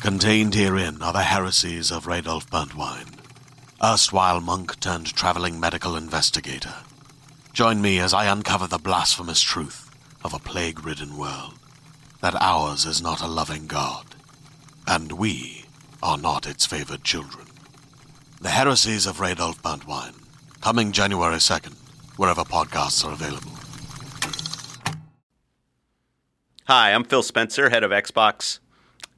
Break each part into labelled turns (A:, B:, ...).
A: Contained herein are the heresies of Radolf Burntwine, erstwhile monk turned traveling medical investigator. Join me as I uncover the blasphemous truth of a plague ridden world that ours is not a loving God, and we are not its favored children. The heresies of Radolf Burntwine, coming January 2nd, wherever podcasts are available.
B: Hi, I'm Phil Spencer, head of Xbox,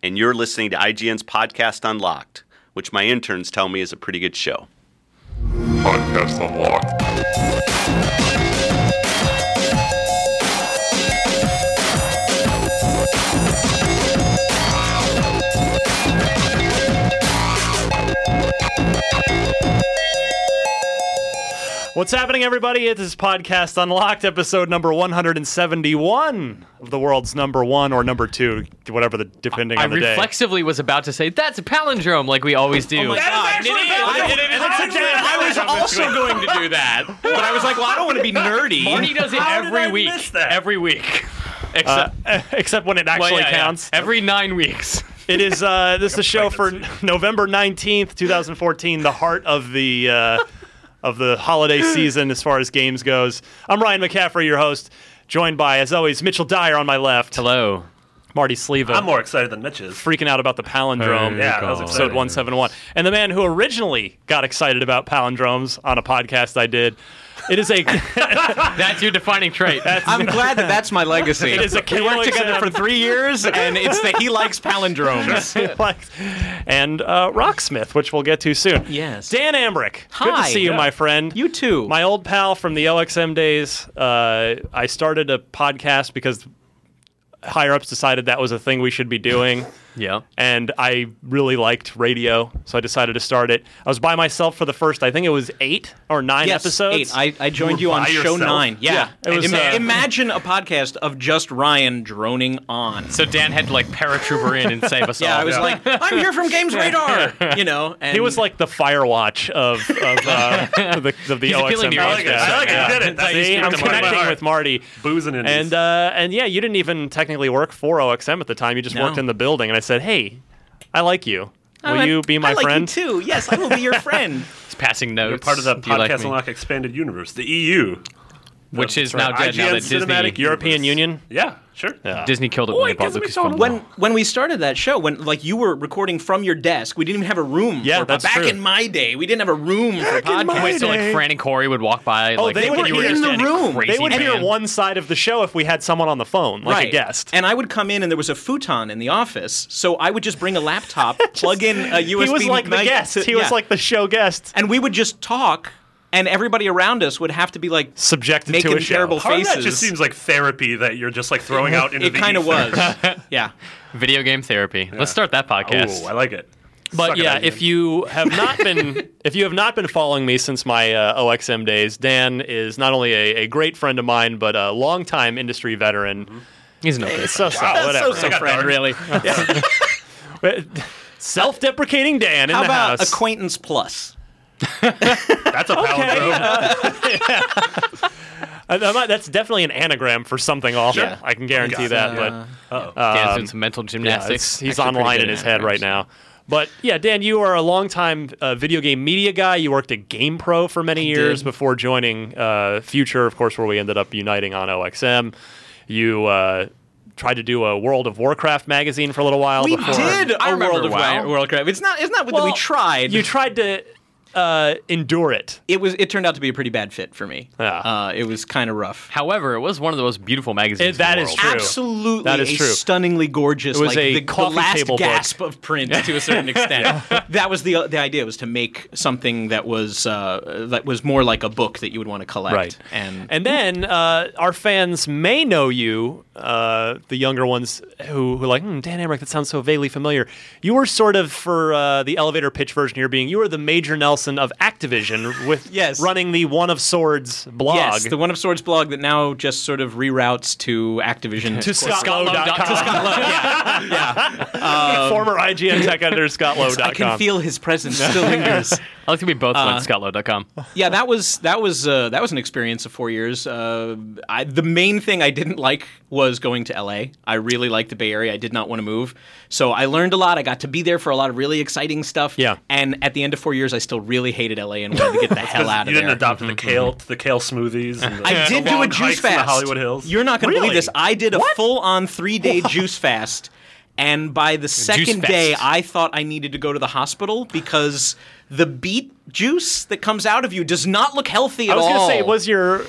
B: and you're listening to IGN's Podcast Unlocked, which my interns tell me is a pretty good show.
C: Podcast Unlocked.
D: What's happening, everybody? It is Podcast Unlocked, episode number 171 of the world's number one or number two, whatever the depending
E: I
D: on the day.
E: reflexively was about to say that's a palindrome, like we always do.
D: That is actually valid. How did I
E: I
D: miss
E: was also
D: that?
E: going to do that, but I was like, well, I don't want to be nerdy. Marty does it every week. Every week,
F: Uh,
E: except
D: Except when it
E: well,
D: actually
E: yeah, yeah.
D: counts.
E: every nine weeks.
D: It is. Uh, this is a show for November nineteenth, two thousand fourteen. The heart of the uh, of the holiday season, as far as games goes. I'm Ryan McCaffrey, your host, joined by, as always, Mitchell Dyer on my left.
E: Hello.
D: Marty Sleva.
G: I'm more excited than Mitch is.
D: freaking out about the palindrome.
G: Yeah, that was
D: episode
G: exciting.
D: 171. And the man who originally got excited about palindromes on a podcast I did. It is a
E: That's your defining trait.
F: I'm glad that that's my legacy.
D: It is a
F: we worked
D: KOXM.
F: together for three years, and it's that he likes palindromes.
D: and uh, Rocksmith, which we'll get to soon.
F: Yes.
D: Dan Ambrick. Good to
F: Hi.
D: see you,
F: Yeah.
D: my friend.
F: You too.
D: My old pal from the OXM days. Uh, I started a podcast because higher ups decided that was a thing we should be doing.
E: yeah.
D: and I really liked radio, so I decided to start it. I was by myself for the first, I think it was eight or nine
F: yes,
D: episodes.
F: Eight. I, I joined
G: You
F: you,
G: were
F: on
G: by
F: show
G: yourself?
F: nine. Yeah.
D: Yeah, it was,
F: Ima-
D: uh,
F: imagine a podcast of just Ryan droning on.
E: So Dan had to like paratrooper in and save us
F: yeah,
E: all.
F: I was like, I'm here from Games Radar. You know, and
D: he was like the Firewatch of of uh, the of the
E: He's appealing
D: OXM
E: to your
D: podcast.
E: audience. I like it.
G: You
D: Yeah.
G: did it. That's
D: See,
G: speaking
D: I'm
G: to my
D: connecting
G: heart.
D: with Marty.
G: Boozing it.
D: And uh, and yeah, you didn't even technically work for OXM at the time. You just
F: No.
D: worked in the building, and I said, "Hey, I like you. Will
F: I-
D: you be my
F: I like
D: friend?"
F: You too. Yes, I will be your friend.
E: He's passing notes.
G: You're part of the
E: Do you like
G: Podcast
E: me?
G: Unlock Expanded Universe, the E EU.
E: which is
G: Sorry,
E: now dead now
G: IGN
E: that
G: Cinematic
E: Disney,
D: European Union.
G: Yeah, sure.
E: Disney killed it when they bought Lucasfilm.
F: when when we started that show, when like you were recording from your desk, we didn't even have a room.
D: Yeah,
F: for,
D: that's
F: back
D: true.
F: in my day, we didn't have a room for podcasts.
E: Wait, so like Fran and Corey would walk by.
D: Oh,
E: like,
D: they would
E: you were
D: be in
E: just
D: the
E: a
F: room.
E: Crazy
D: They would hear
E: fan.
D: one side of the show if we had someone on the phone, like
F: right.
D: a guest.
F: And I would come in and there was a futon in the office, so I would just bring a laptop, plug in a USB.
D: he was like the
F: mic
D: guest.
F: to-
D: He was
F: yeah.
D: like the show guest,
F: and we would just talk, and everybody around us would have to be like
D: subjected
F: making
D: to a show.
F: terrible
G: Part of
F: faces.
G: that just seems like therapy that you're just like throwing out into
F: it
G: the
F: kind of
G: ether.
F: was, yeah.
E: Video game therapy. Let's start that podcast.
G: Ooh, I like it.
D: But yeah, if you have not been if you have not been following me since my uh, OXM days, Dan is not only a, a great friend of mine but a longtime industry veteran.
E: He's no good.
D: So so whatever.
F: So, so friend, really.
D: Self-deprecating Dan in
F: How
D: the
F: about
D: house.
F: acquaintance plus?
G: that's a palindrome.
D: I- I'm Uh, not- that's definitely an anagram for something awful.
F: Sure.
D: I can guarantee that. But
E: Dan's doing some mental
D: Yeah,
E: gymnastics.
D: it's- he's
E: Actually pretty
D: online
E: good
D: in his
E: at
D: head
E: that.
D: right now. But yeah, Dan, you are a longtime uh, video game media guy. You worked at GamePro for many years
F: did.
D: before joining uh, Future, of course, where we ended up uniting on OXM. You uh, tried to do a World of Warcraft magazine for a little while.
F: We
D: before.
F: did
E: I
F: a
E: remember
F: World of
E: WoW.
F: Warcraft. It's not. It's not what
D: Well,
F: we tried.
D: You tried to. uh, endure it.
F: It was. It turned out to be a pretty bad fit for me.
D: Yeah.
F: Uh, it was kind of rough.
E: However, it was one of the most beautiful magazines.
D: It- that
E: in the
D: is
E: world.
D: true.
F: Absolutely,
D: That is
F: a
D: true.
F: stunningly gorgeous.
D: It was
F: like,
D: a
F: the, the
D: coffee
F: last
D: table book.
F: gasp of print to a certain extent. That was the the idea was to make something that was uh, that was more like a book that you would want to collect. And,
D: and then uh, our fans may know you, uh, the younger ones who who are like hmm, Dan Amrick. That sounds so vaguely familiar. You were sort of for uh, the elevator pitch version here, being you were the Major Nelson of Activision with
F: Yes.
D: running the One of Swords blog.
F: yes, the One of Swords blog that now just sort of reroutes to Activision
D: to scottlow.com.
E: To
G: Um,
D: Former IGN tech editor
F: I
D: scottlow.com.
F: can feel his presence still lingers.
E: I like that we both went scottlow.com.
F: yeah, that was that was uh, that was an experience of four years. Uh, I, the main thing I didn't like was going to LA. I really liked the Bay Area. I did not want to move, so I learned a lot. I got to be there for a lot of really exciting stuff.
D: Yeah.
F: And at the end of four years, I still really hated LA and wanted to get the hell out
G: you
F: of
G: didn't
F: there.
G: adopt
F: Mm-hmm,
G: the kale, the kale smoothies. And the,
F: I did
G: the
F: do a
G: long
F: juice
G: hikes
F: fast.
G: in the Hollywood Hills.
F: You're not going to believe
D: Really?
F: this. I did a full-on three-day juice fast, and by the second
E: fest.
F: day, I thought I needed to go to the hospital because the beet juice that comes out of you does not look healthy at
D: I was
F: all.
D: gonna say, was your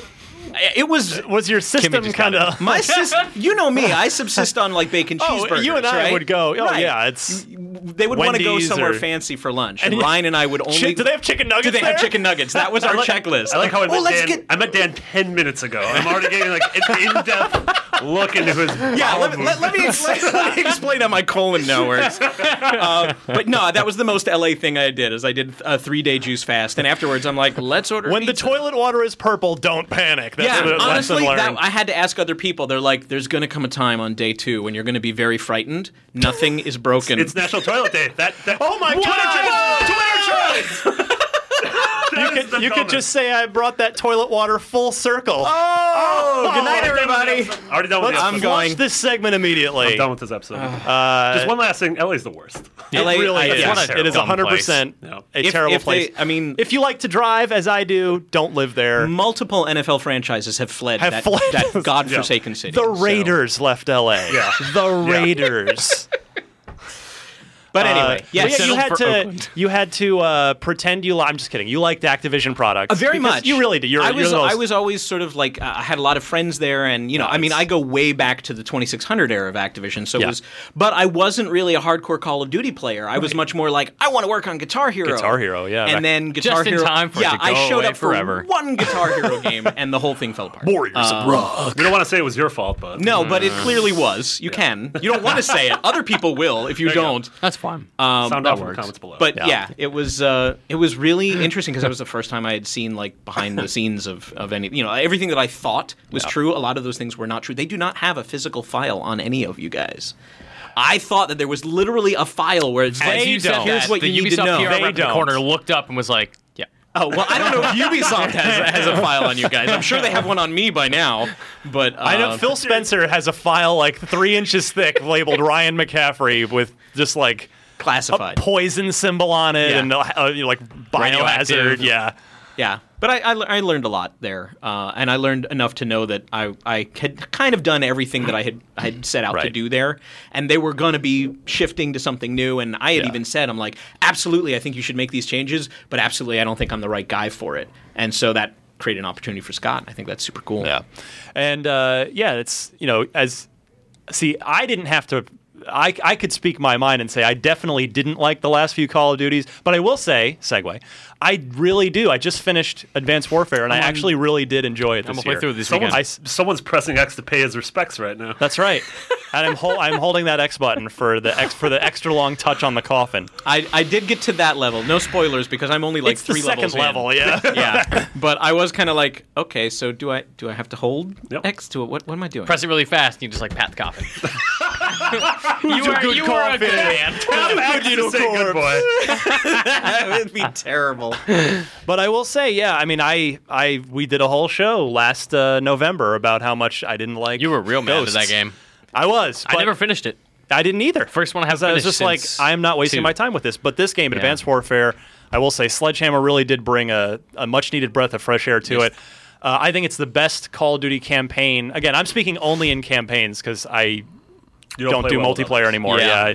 F: it was
D: was your system
E: just
D: kind
E: got
D: of?
F: my sis. You know me. I subsist on like bacon
D: Oh,
F: cheeseburgers.
D: you and I
F: right?
D: would go. Oh
F: Right.
D: yeah, it's.
F: They would want to go
D: Wendy's
F: somewhere
D: or-
F: fancy for lunch, and,
D: And-
F: Ryan and I would only.
D: Chi- do they have chicken nuggets?
F: Do they have
D: there?
F: chicken nuggets? That was our checklist.
G: I like how I met,
F: oh, let's
G: Dan,
F: get
G: I met Dan 10 minutes ago. I'm already getting like an in-depth look into his
F: Yeah,
G: bowel
F: let, let, let, me, let, let me explain how my colon now works. Uh, but no, that was the most LA thing I did. Is I did a three day juice fast, and afterwards I'm like, let's order.
D: When the
F: pizza.
D: toilet water is purple, don't panic. That's
F: yeah,
D: the lesson
F: honestly,
D: learned.
F: that, I had to ask other people. They're like, "There's going to come a time on day two when you're going to be very frightened. Nothing is broken.
G: It's National Toilet Day. That, that
D: Oh my God!
G: Twitter trends. That is the
D: you could
G: moment.
D: just say I brought that toilet water full circle.
F: oh, good
G: Already
F: night,
G: done with
F: everybody.
G: the episode. Already done with
D: Let's Uh,
G: the
F: I'm
G: episode.
F: going-
D: flush this segment immediately.
G: I'm done with this episode. just one last thing. LA's the worst.
F: LA,
D: it really
F: I-
D: is.
F: yeah.
E: What a
D: it is
E: dumb
D: 100 percent
G: place.
D: a
F: If-
D: terrible
F: if they-
D: place.
F: I mean-
D: if you like to drive as I do, don't live there.
F: Multiple NFL franchises have fled
D: Have
F: that,
D: fled.
F: that godforsaken city.
D: the
F: so-
D: Raiders left LA.
G: Yeah.
D: The Raiders.
F: But anyway,
D: Uh, but
F: yes,
D: yeah, you
E: settled
D: had
E: for
D: to
E: Oakland.
D: you had to uh, pretend you. Li- I'm just kidding. You liked Activision products
F: Uh, very
D: Because
F: much.
D: You really did. You're,
F: I was
D: you're the most-
F: I was always sort of like uh, I had a lot of friends there, and you know, I mean, I go way back to the 2600 era of Activision. So
D: Yeah.
F: it was, but I wasn't really a hardcore Call of Duty player. I was much more like I want to work on Guitar Hero.
D: Guitar Hero, yeah.
F: And then Guitar
E: in
F: Hero.
E: time for it
F: yeah,
E: to
F: I
E: go
F: showed
E: away
F: up for
E: forever.
F: one Guitar Hero game, and the whole thing fell apart.
D: Warriors of Rock.
G: We don't want to say it was your fault, but
F: No, but it clearly was. You can. You don't want to say it. Other people will if you
G: you go.
F: don't.
E: That's fine.
F: Um,
G: sound
F: that
G: off in the
F: works.
G: comments below.
F: But yeah, it was uh, it was really interesting because that was the first time I had seen like behind the scenes of of any you know everything that I thought was true. A lot of those things were not true. They do not have a physical file on any of you guys. I thought that there was literally a file where it's
E: As
F: like
E: you said
F: here's
E: that,
F: what
E: the
F: you need to
E: Ubisoft
F: know.
E: PR
D: They
E: rep in the
D: don't.
E: corner looked up and was like, "Yeah,
F: oh well, I don't know if Ubisoft has, has a file on you guys. I'm sure they have one on me by now, but uh,
D: I know Phil Spencer has a file like three inches thick labeled Ryan McCaffrey with just like
F: classified.
D: poison symbol on it
F: Yeah.
D: and uh, you know, like biohazard.
E: Radioactive.
D: Yeah.
F: Yeah, but I, I, le- I learned a lot there, uh, and I learned enough to know that I, I had kind of done everything that I had I had set out to
D: Right.
F: do there, and they were going to be shifting to something new. And I had
D: Yeah.
F: even said, I'm like, absolutely, I think you should make these changes, but absolutely, I don't think I'm the right guy for it. And so that created an opportunity for Scott. and I think that's super cool.
D: Yeah. And uh, yeah, it's, you know, as see, I didn't have to. I, I could speak my mind and say I definitely didn't like the last few Call of Duties, but I will say, segue, I really do. I just finished Advanced Warfare, and
F: Um,
D: I actually really did enjoy it this
E: I'm halfway
D: year.
E: through this
D: I
E: weekend.
D: s-
G: someone's pressing X to pay his respects right now.
D: That's right. And I'm, hol- I'm holding that X button for the X for the extra long touch on the coffin.
F: I, I did get to that level. No spoilers because I'm only like
D: it's
F: three
D: the second
F: levels in.
D: level, yeah.
F: yeah, but I was kind of like, okay, so do I do I have to hold
G: Yep.
F: X to it? What what am I doing?
E: press it really fast." And you just like pat the coffin. you are
D: good
E: you are a
D: coffin.
E: good man.
G: Back to say good boy.
F: that would be terrible.
D: But I will say, yeah, I mean, I, I we did a whole show last uh, November about how much I didn't like.
E: You were real mad at
D: Ghosts.
E: that game.
D: I was.
E: I
D: but
E: never finished it.
D: I didn't either.
E: First one I have
D: 'Cause I was
E: finished
D: just like,
E: since
D: I'm not wasting
E: two.
D: my time with this. But this game, Advanced Warfare, I will say, Sledgehammer really did bring a, a much needed breath of fresh air to it. Uh, I think it's the best Call of Duty campaign. Again, I'm speaking only in campaigns because I
G: You
D: don't,
G: play
D: do
G: well with
D: multiplayer
G: others.
D: anymore.
E: Yeah.
D: Yeah,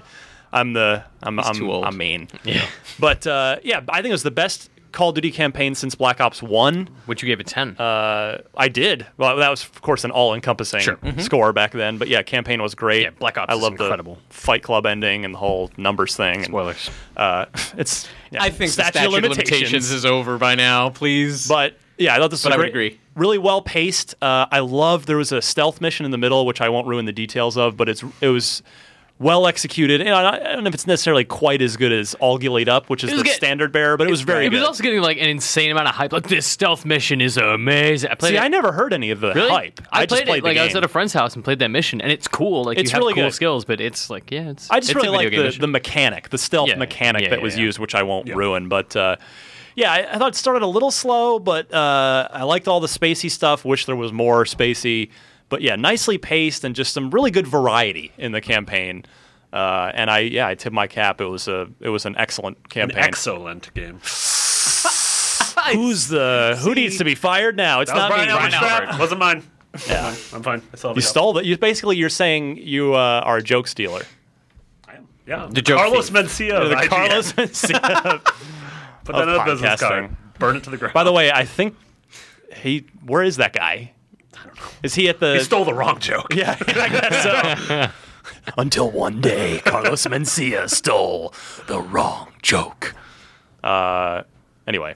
D: I, I'm the I'm I'm,
F: too old.
D: I'm mean. Yeah, but uh, yeah, I think it was the best Call of Duty campaign since Black Ops One.
E: Which you gave a 10.
D: I did. Well, that was of course an all-encompassing
E: Sure.
D: score back then. But yeah, campaign was great.
E: Yeah, Black Ops
D: I
E: is
D: love
E: incredible.
D: the Fight Club ending and the whole numbers thing. and,
E: Spoilers.
D: uh, it's yeah,
F: I think the statute of limitations. is over by now. Please,
D: But yeah, I thought this was
F: But I would
D: great-
F: agree.
D: Really well paced. Uh, I love there was a stealth mission in the middle, which I won't ruin the details of, but it's it was well executed. And I, I don't know if it's necessarily quite as good as All Gillied Up, which is
E: It was
D: the
E: good.
D: standard bearer, but it was very
E: it was
D: good.
E: also getting like an insane amount of hype. Like this stealth mission is amazing. I played
D: See,
E: it.
D: I never heard any of the
E: really?
D: hype.
E: I,
D: just
E: played,
D: played
E: it
D: the
E: like I was
D: game.
E: at a friend's house and played that mission, and it's cool. Like
D: It's
E: you have
D: really
E: cool
D: good.
E: skills, but it's like yeah, it's.
D: I just
E: it's a
D: really
E: video
D: like
E: game
D: the,
E: mission.
D: the mechanic, the stealth
E: Yeah.
D: mechanic
E: Yeah,
D: that
E: yeah,
D: was
E: yeah.
D: used, which I won't ruin. But uh, yeah, I, I thought it started a little slow, but uh, I liked all the spacey stuff. Wish there was more spacey, but yeah, nicely paced and just some really good variety in the campaign. Uh, and I yeah, I tip my cap. It was a it was an excellent
G: An
D: campaign.
G: excellent game.
D: Who's the who needs to be fired now? It's
G: That was
D: not
G: Brian
D: me.
G: Albert's
E: Brian
G: trap.
E: Albert.
G: Wasn't mine. Yeah. I'm fine. I saw
D: You stole that. You basically you're saying you uh, are a joke stealer.
G: Yeah.
E: The joke
G: Carlos
E: thief.
G: Mencia. of
D: The
G: IGN.
D: Carlos Mencia of-
G: Put that on
D: of
G: a business card.
D: podcasting.
G: Burn it to the ground.
D: By the way, I think he. Where is that guy? Is he at the?
G: you stole the wrong joke.
D: yeah, I guess so. Until one day, Carlos Mencia stole the wrong joke. Uh, anyway,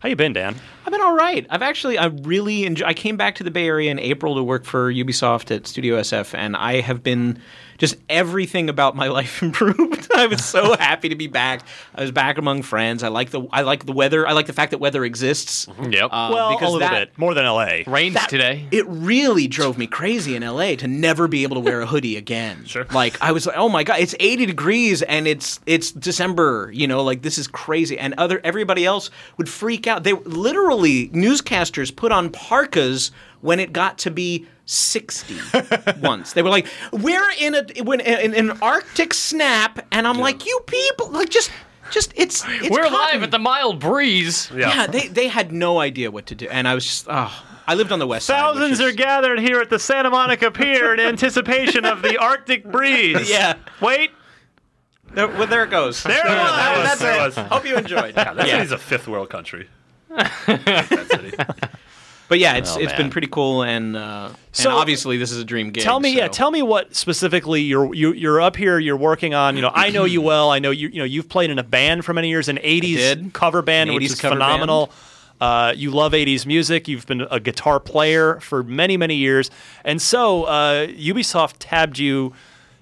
D: how you been, Dan?
F: I've been all right. I've actually, I really enjoy. I came back to the Bay Area in April to work for Ubisoft at Studio SF, and I have been just everything about my life improved. I was so happy to be back. I was back among friends. I like the, I like the weather. I like the fact that weather exists.
E: Yep.
F: Uh,
D: Well,
F: because
D: a little
F: that-
D: bit more than L.A.
E: rained today.
F: It really drove me crazy in LA to never be able to wear a hoodie again. Sure. Like I was like, oh my god, it's 80 degrees and it's it's December. You know, like this is crazy. And other everybody else would freak out. They literally newscasters put on parkas when it got to be 60 once. They were like, we're in a when in, in an Arctic snap, and I'm like, you people, like just just it's, it's
E: We're alive
F: cotton.
E: at the mild breeze.
F: yeah. they they had no idea what to do, and I was just oh. I lived on the west side. which
D: Thousands
F: is-
D: are gathered here at the Santa Monica Pier in anticipation of the Arctic breeze.
F: Yeah.
D: Wait,
F: There, well, there it goes.
D: there it
G: That
D: was.
G: was-
F: That's
G: that
F: it.
G: was-
F: Hope you enjoyed.
G: That city's a fifth world country. that city.
F: But yeah, it's it's
E: man.
F: been pretty cool, and uh,
D: So-
F: and obviously this is a dream gig.
D: Tell me, yeah.
F: so-
D: Tell me what specifically you're you, you're up here. You're working on. You know, I know you well. I know you. You know, you've played in a band for many years, an '80s
F: did.
D: cover band,
F: An
D: which
F: 80s
D: is
F: cover
D: phenomenal. Uh, you love '80s music. You've been a guitar player for many many years, and so uh, Ubisoft tabbed you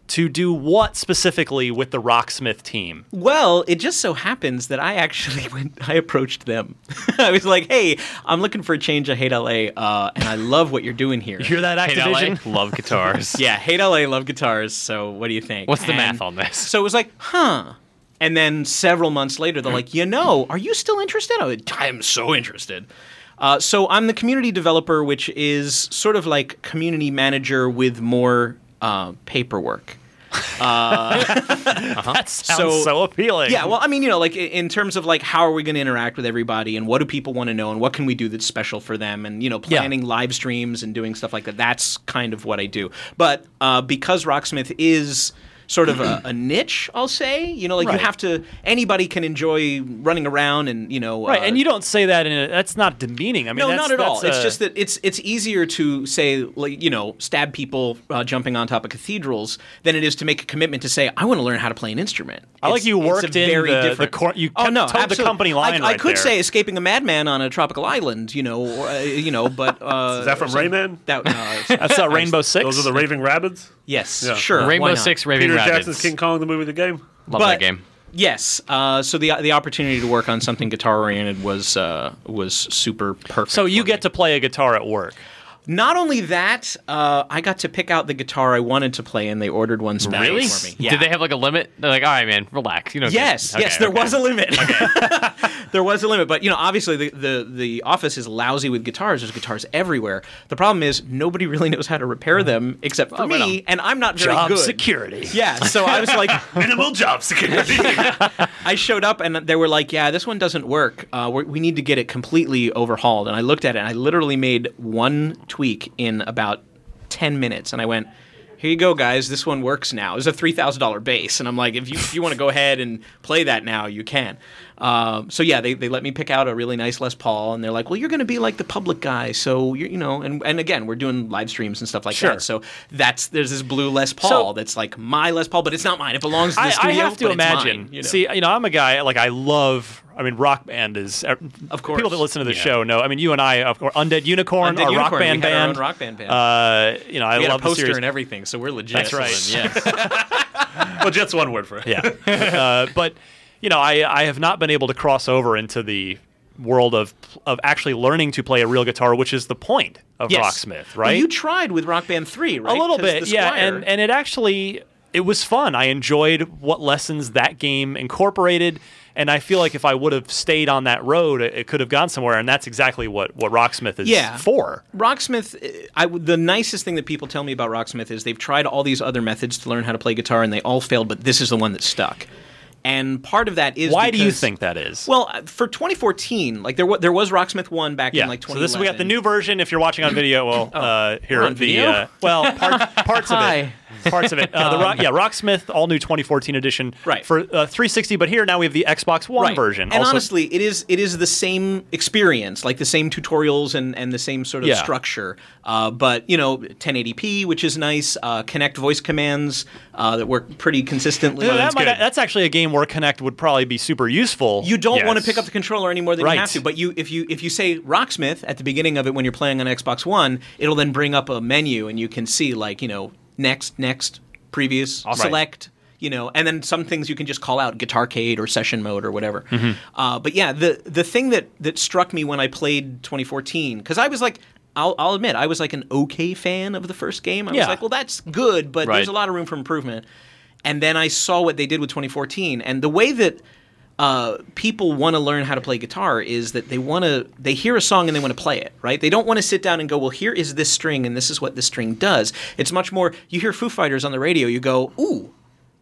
D: to do what specifically with the Rocksmith team?
F: Well, it just so happens that I actually went. I approached them. I was like, "Hey, I'm looking for a change. I hate LA, uh, and I love what you're doing here.
D: Hear that,
E: Hey, LA,
D: Activision?
E: love guitars.
F: yeah, hate LA, love guitars. So what do you think?
E: What's the
F: And
E: math on this?
F: So it was like, huh. And then several months later,
E: Mm.
F: they're like, you know, are you still interested? I went, I am so interested. Uh, so I'm the community developer, which is sort of like community manager with more uh, paperwork.
D: That sounds so,
F: So-
D: appealing.
F: Yeah, well, I mean, you know, like i- in terms of like how are we going to interact with everybody, and what do people want to know, and what can we do that's special for them, and you know, planning live streams and doing stuff like that. That's kind of what I do. But uh, because Rocksmith is sort of a, a niche, I'll say, you know, like
D: Right.
F: you have to. Anybody can enjoy running around and you know,
D: right.
F: uh,
D: and you don't say that in a. That's not demeaning. I mean,
F: no,
D: that's-
F: not at all.
D: that's
F: it's
D: a-
F: just that it's it's easier to say like you know stab people uh, jumping on top of cathedrals than it is to make a commitment to say I want to learn how to play an instrument.
D: I like
F: It's-
D: you
F: it's a
D: worked in
F: very
D: the- the
F: different-
D: cor- you
F: oh
D: kept-
F: no,
D: told the
F: absolutely.
D: company line
F: I, I
D: right
F: could
D: there.
F: say escaping a madman on a tropical island, you know, or, uh, you know, but uh,
G: Is that from Rayman?
F: that no, it's-
D: That's uh, Rainbow Six.
G: Those are the Raving Rabbids?
F: yes,
G: Yeah.
F: sure, why
E: Rainbow
F: not?
E: Six, Raving
G: Peter
E: Rabbids.
G: Jackson's King Kong, the movie, the game?
E: Love
F: But-
E: that game.
F: Yes, uh, so the the opportunity to work on something guitar oriented was uh, was super perfect.
D: So you
F: for me.
D: get to play a guitar at work.
F: Not only that, uh, I got to pick out the guitar I wanted to play, and they ordered one special
E: Really?
F: for me. Yeah.
E: Did they have like a limit? They're like, all right, man, relax. You know.
F: Yes,
E: okay,
F: yes, there
E: okay.
F: was a limit. there was a limit, but you know, obviously the, the the office is lousy with guitars. There's guitars everywhere. The problem is nobody really knows how to repair them except for
E: Oh, right
F: me,
E: on.
F: and I'm not very
D: Job
F: good.
D: security.
F: Yeah, so I was like,
G: Minimal job security.
F: I showed up and they were like, "Yeah, this one doesn't work. Uh, we we need to get it completely overhauled." And I looked at it and I literally made one tweak in about ten minutes, and I went, here you go, guys. This one works now. It's a three thousand dollar base, and I'm like, if you if you want to go ahead and play that now, you can. Um, so yeah, they, they let me pick out a really nice Les Paul, and they're like, well, you're going to be like the public guy, so you're, you know, and and again, we're doing live streams and stuff like
D: Sure.
F: that. So that's there's this blue Les Paul that's like my Les Paul, but it's not mine. It belongs to the
D: I, I
F: studio.
D: have to
F: but it's mine,
D: imagine.
F: you know?
D: See, you know, I'm a guy like I love. I mean, rock band is er,
F: Of course.
D: People that listen to the show know. I mean, you and I, of course, Undead Unicorn, our
F: Undead
D: rock
F: Unicorn, we
D: band
F: had our own
D: band,
F: rock band band.
D: Uh, you know, I
F: we had
D: love
F: a
D: the
F: poster
D: series.
F: and everything, so we're legit.
D: That's right.
F: Yeah.
G: Well, just one word for it.
D: yeah. Uh, but you know, I I have not been able to cross over into the world of of actually learning to play a real guitar, which is the point of
F: Yes.
D: Rocksmith,
F: Well,
D: right?
F: you tried with Rock Band Three, right?
D: a little
F: 'Cause
D: bit
F: the
D: yeah
F: Squire-
D: and and it actually it was fun i enjoyed what lessons that game incorporated and i feel like if i would have stayed on that road it, it could have gone somewhere and that's exactly what what rocksmith is
F: Yeah.
D: for
F: Rocksmith, eh, I would- the nicest thing that people tell me about Rocksmith is they've tried all these other methods to learn how to play guitar and they all failed, but this is the one that stuck. And part of that is
D: why do you
F: because-
D: think that is
F: Well, uh, for 2014, like there was there was Rocksmith one back
D: yeah
F: in like 2011.
D: so this we got the new version if you're watching on video well uh here
F: we're
D: are
F: on
D: the
F: video?
D: uh, well part, parts of
F: Hi. Um.
D: it parts of it uh, the rock, yeah rocksmith all new 2014 edition
F: Right.
D: for uh, 360 but here now we have the xbox one
F: Right.
D: version
F: And
D: also
F: honestly, it is it is the same experience, like the same tutorials and, and the same sort of
D: Yeah.
F: structure. Uh, but you know, 1080p, which is nice. Uh, connect voice commands uh, that work pretty consistently.
D: Yeah, that might, that's actually a game where Connect would probably be super useful.
F: you don't want to
D: Yes.
F: pick up the controller any more than
D: Right.
F: you have to. But you, if you if you say Rocksmith at the beginning of it when you're playing on Xbox One, it'll then bring up a menu and you can see like you know next, next, previous, select. You know, and then some things you can just call out Guitarcade or Session Mode or whatever.
D: Mm-hmm.
F: Uh, but yeah, the the thing that that struck me when I played 2014 because I was like. I'll, I'll admit, I was like an okay fan of the first game. I
D: Yeah.
F: was like, well, that's good, but
D: Right.
F: there's a lot of room for improvement. And then I saw what they did with 2014, and the way that uh, people want to learn how to play guitar is that they want to they hear a song and they want to play it right they don't want to sit down and go well here is this string and this is what this string does it's much more you hear foo fighters on the radio you go ooh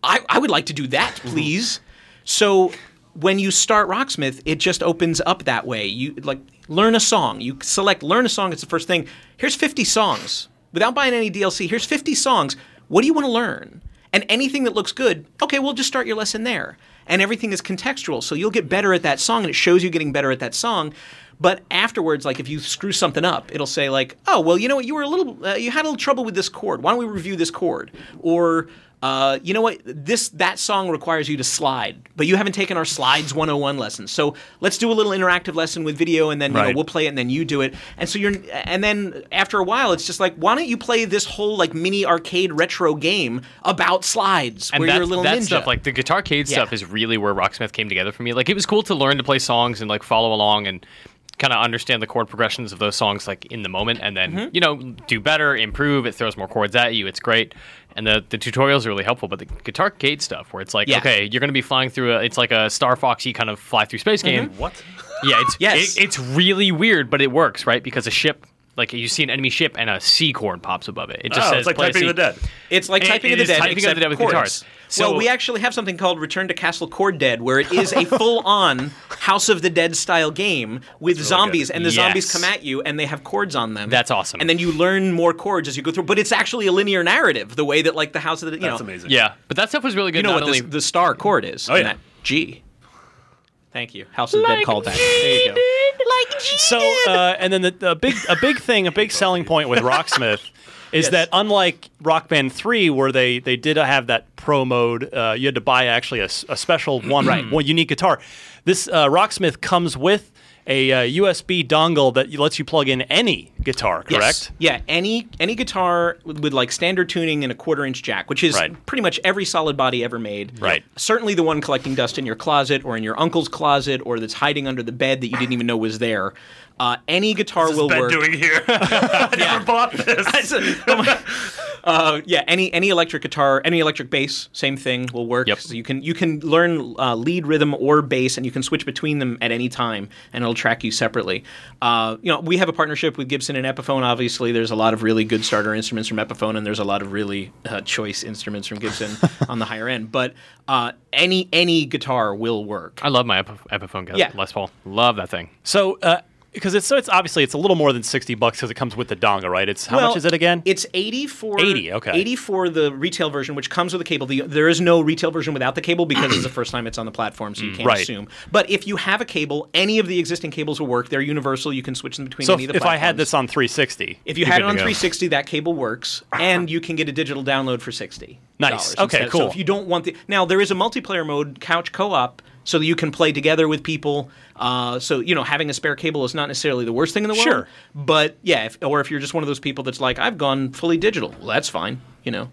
F: i, I would like to do that please so when you start rocksmith it just opens up that way you like learn a song you select learn a song it's the first thing here's 50 songs without buying any dlc here's 50 songs what do you want to learn and anything that looks good, okay, we'll just start your lesson there. And everything is contextual, so you'll get better at that song, and it shows you getting better at that song. But afterwards, like if you screw something up, it'll say like, "Oh, well, you know what? You were a little, uh, you had a little trouble with this chord. Why don't we review this chord?" Or, uh, "You know what? This that song requires you to slide, but you haven't taken our slides 101 lesson. So let's do a little interactive lesson with video, and then you know,
D: Right.
F: we'll play it, and then you do it. And so you're, and then after a while, it's just like, why don't you play this whole like mini arcade retro game about slides
E: and
F: where
E: that's,
F: you're a little
E: that
F: ninja?
E: stuff, like the guitar cade stuff,
F: Yeah.
E: is really where Rocksmith came together for me. Like it was cool to learn to play songs and like follow along and kind of understand the chord progressions of those songs like in the moment, and then
D: Mm-hmm.
E: you know do better, improve. It throws more chords at you. It's great, and the the tutorials are really helpful. But the guitar cade stuff, where it's like,
F: Yeah.
E: okay, you're going to be flying through a, it's like a Star Foxy kind of fly through space game.
G: What? Mm-hmm.
E: Yeah, it's
F: Yes.
E: it, it's really weird, but it works, right? Because a ship, like you see an enemy ship, and a C chord pops above it. It just
G: Oh,
E: says
G: it's like
E: play a
G: Typing
E: C.
G: of the Dead.
F: it's like
E: It-
F: typing
E: it
F: of the
E: is
F: dead.
E: Typing of the
F: except
E: Dead with
F: chords.
E: guitars. So-
F: well, we actually have something called Return to Castle Chord Dead, where it is a full-on House of the Dead style game with zombies, and the zombies
E: Yes.
F: come at you, and they have chords on them.
E: That's awesome.
F: And then you learn more chords as you go through. But it's actually a linear narrative, the way that like the House of the you
G: That's
F: know
G: amazing.
E: Yeah, but that stuff was really good.
F: you know
E: not
F: what
E: only
F: the, the star chord is. Oh
G: yeah.
F: G. Thank you. House of the Dead called that. There you go.
D: So, uh, and then the, the big a big thing, a big selling point with Rocksmith is that unlike Rock Band Three, where they they did have that pro mode, uh, you had to buy actually a, s- a special one, one unique guitar. This uh, Rocksmith comes with a uh, USB dongle that lets you plug in any guitar, correct?
F: Yes. Yeah, any any guitar with, with like standard tuning and a quarter inch jack, which is
D: Right.
F: pretty much every solid body ever made.
D: Right.
F: Certainly the one collecting dust in your closet or in your uncle's closet or that's hiding under the bed that you didn't even know was there. Uh, any guitar
G: What's
F: will
G: Ben
F: work.
G: doing here? I never bought this.
F: Uh, yeah, any any electric guitar, any electric bass, same thing will work.
E: Yep.
F: So you can you can learn uh, lead rhythm or bass, and you can switch between them at any time, and it'll track you separately. Uh, you know, we have a partnership with Gibson and Epiphone. Obviously, there's a lot of really good starter instruments from Epiphone, and there's a lot of really uh, choice instruments from Gibson on the higher end. But uh, any any guitar will work.
E: I love my Epi- Epiphone guy,
F: Yeah.
E: Les Paul. Love that thing.
D: So, uh, because it's so it's obviously it's a little more than sixty bucks because it comes with the dongle, right? It's how
F: Well,
D: much is it again?
F: It's eighty for
D: 80, okay.
F: eighty for the retail version, which comes with a cable. The, there is no retail version without the cable because it's the first time it's on the platform, so you can't
D: right.
F: assume. But if you have a cable, any of the existing cables will work. They're universal. You can switch them between
D: so
F: any
D: if,
F: of the
D: if I
F: platforms.
D: had this on 360,
F: If you
D: you're
F: had
D: good
F: it
D: to
F: on
D: go.
F: 360, that cable works, and you can get a digital download for 60.
D: Nice.
F: dollars
D: Okay,
F: instead.
D: cool.
F: So if you don't want the now, there is a multiplayer mode, couch co-op, so that you can play together with people. Uh, so you know, having a spare cable is not necessarily the worst thing in the world.
D: Sure.
F: But yeah, if, or if you're just one of those people that's like, I've gone fully digital, well, that's fine. You know.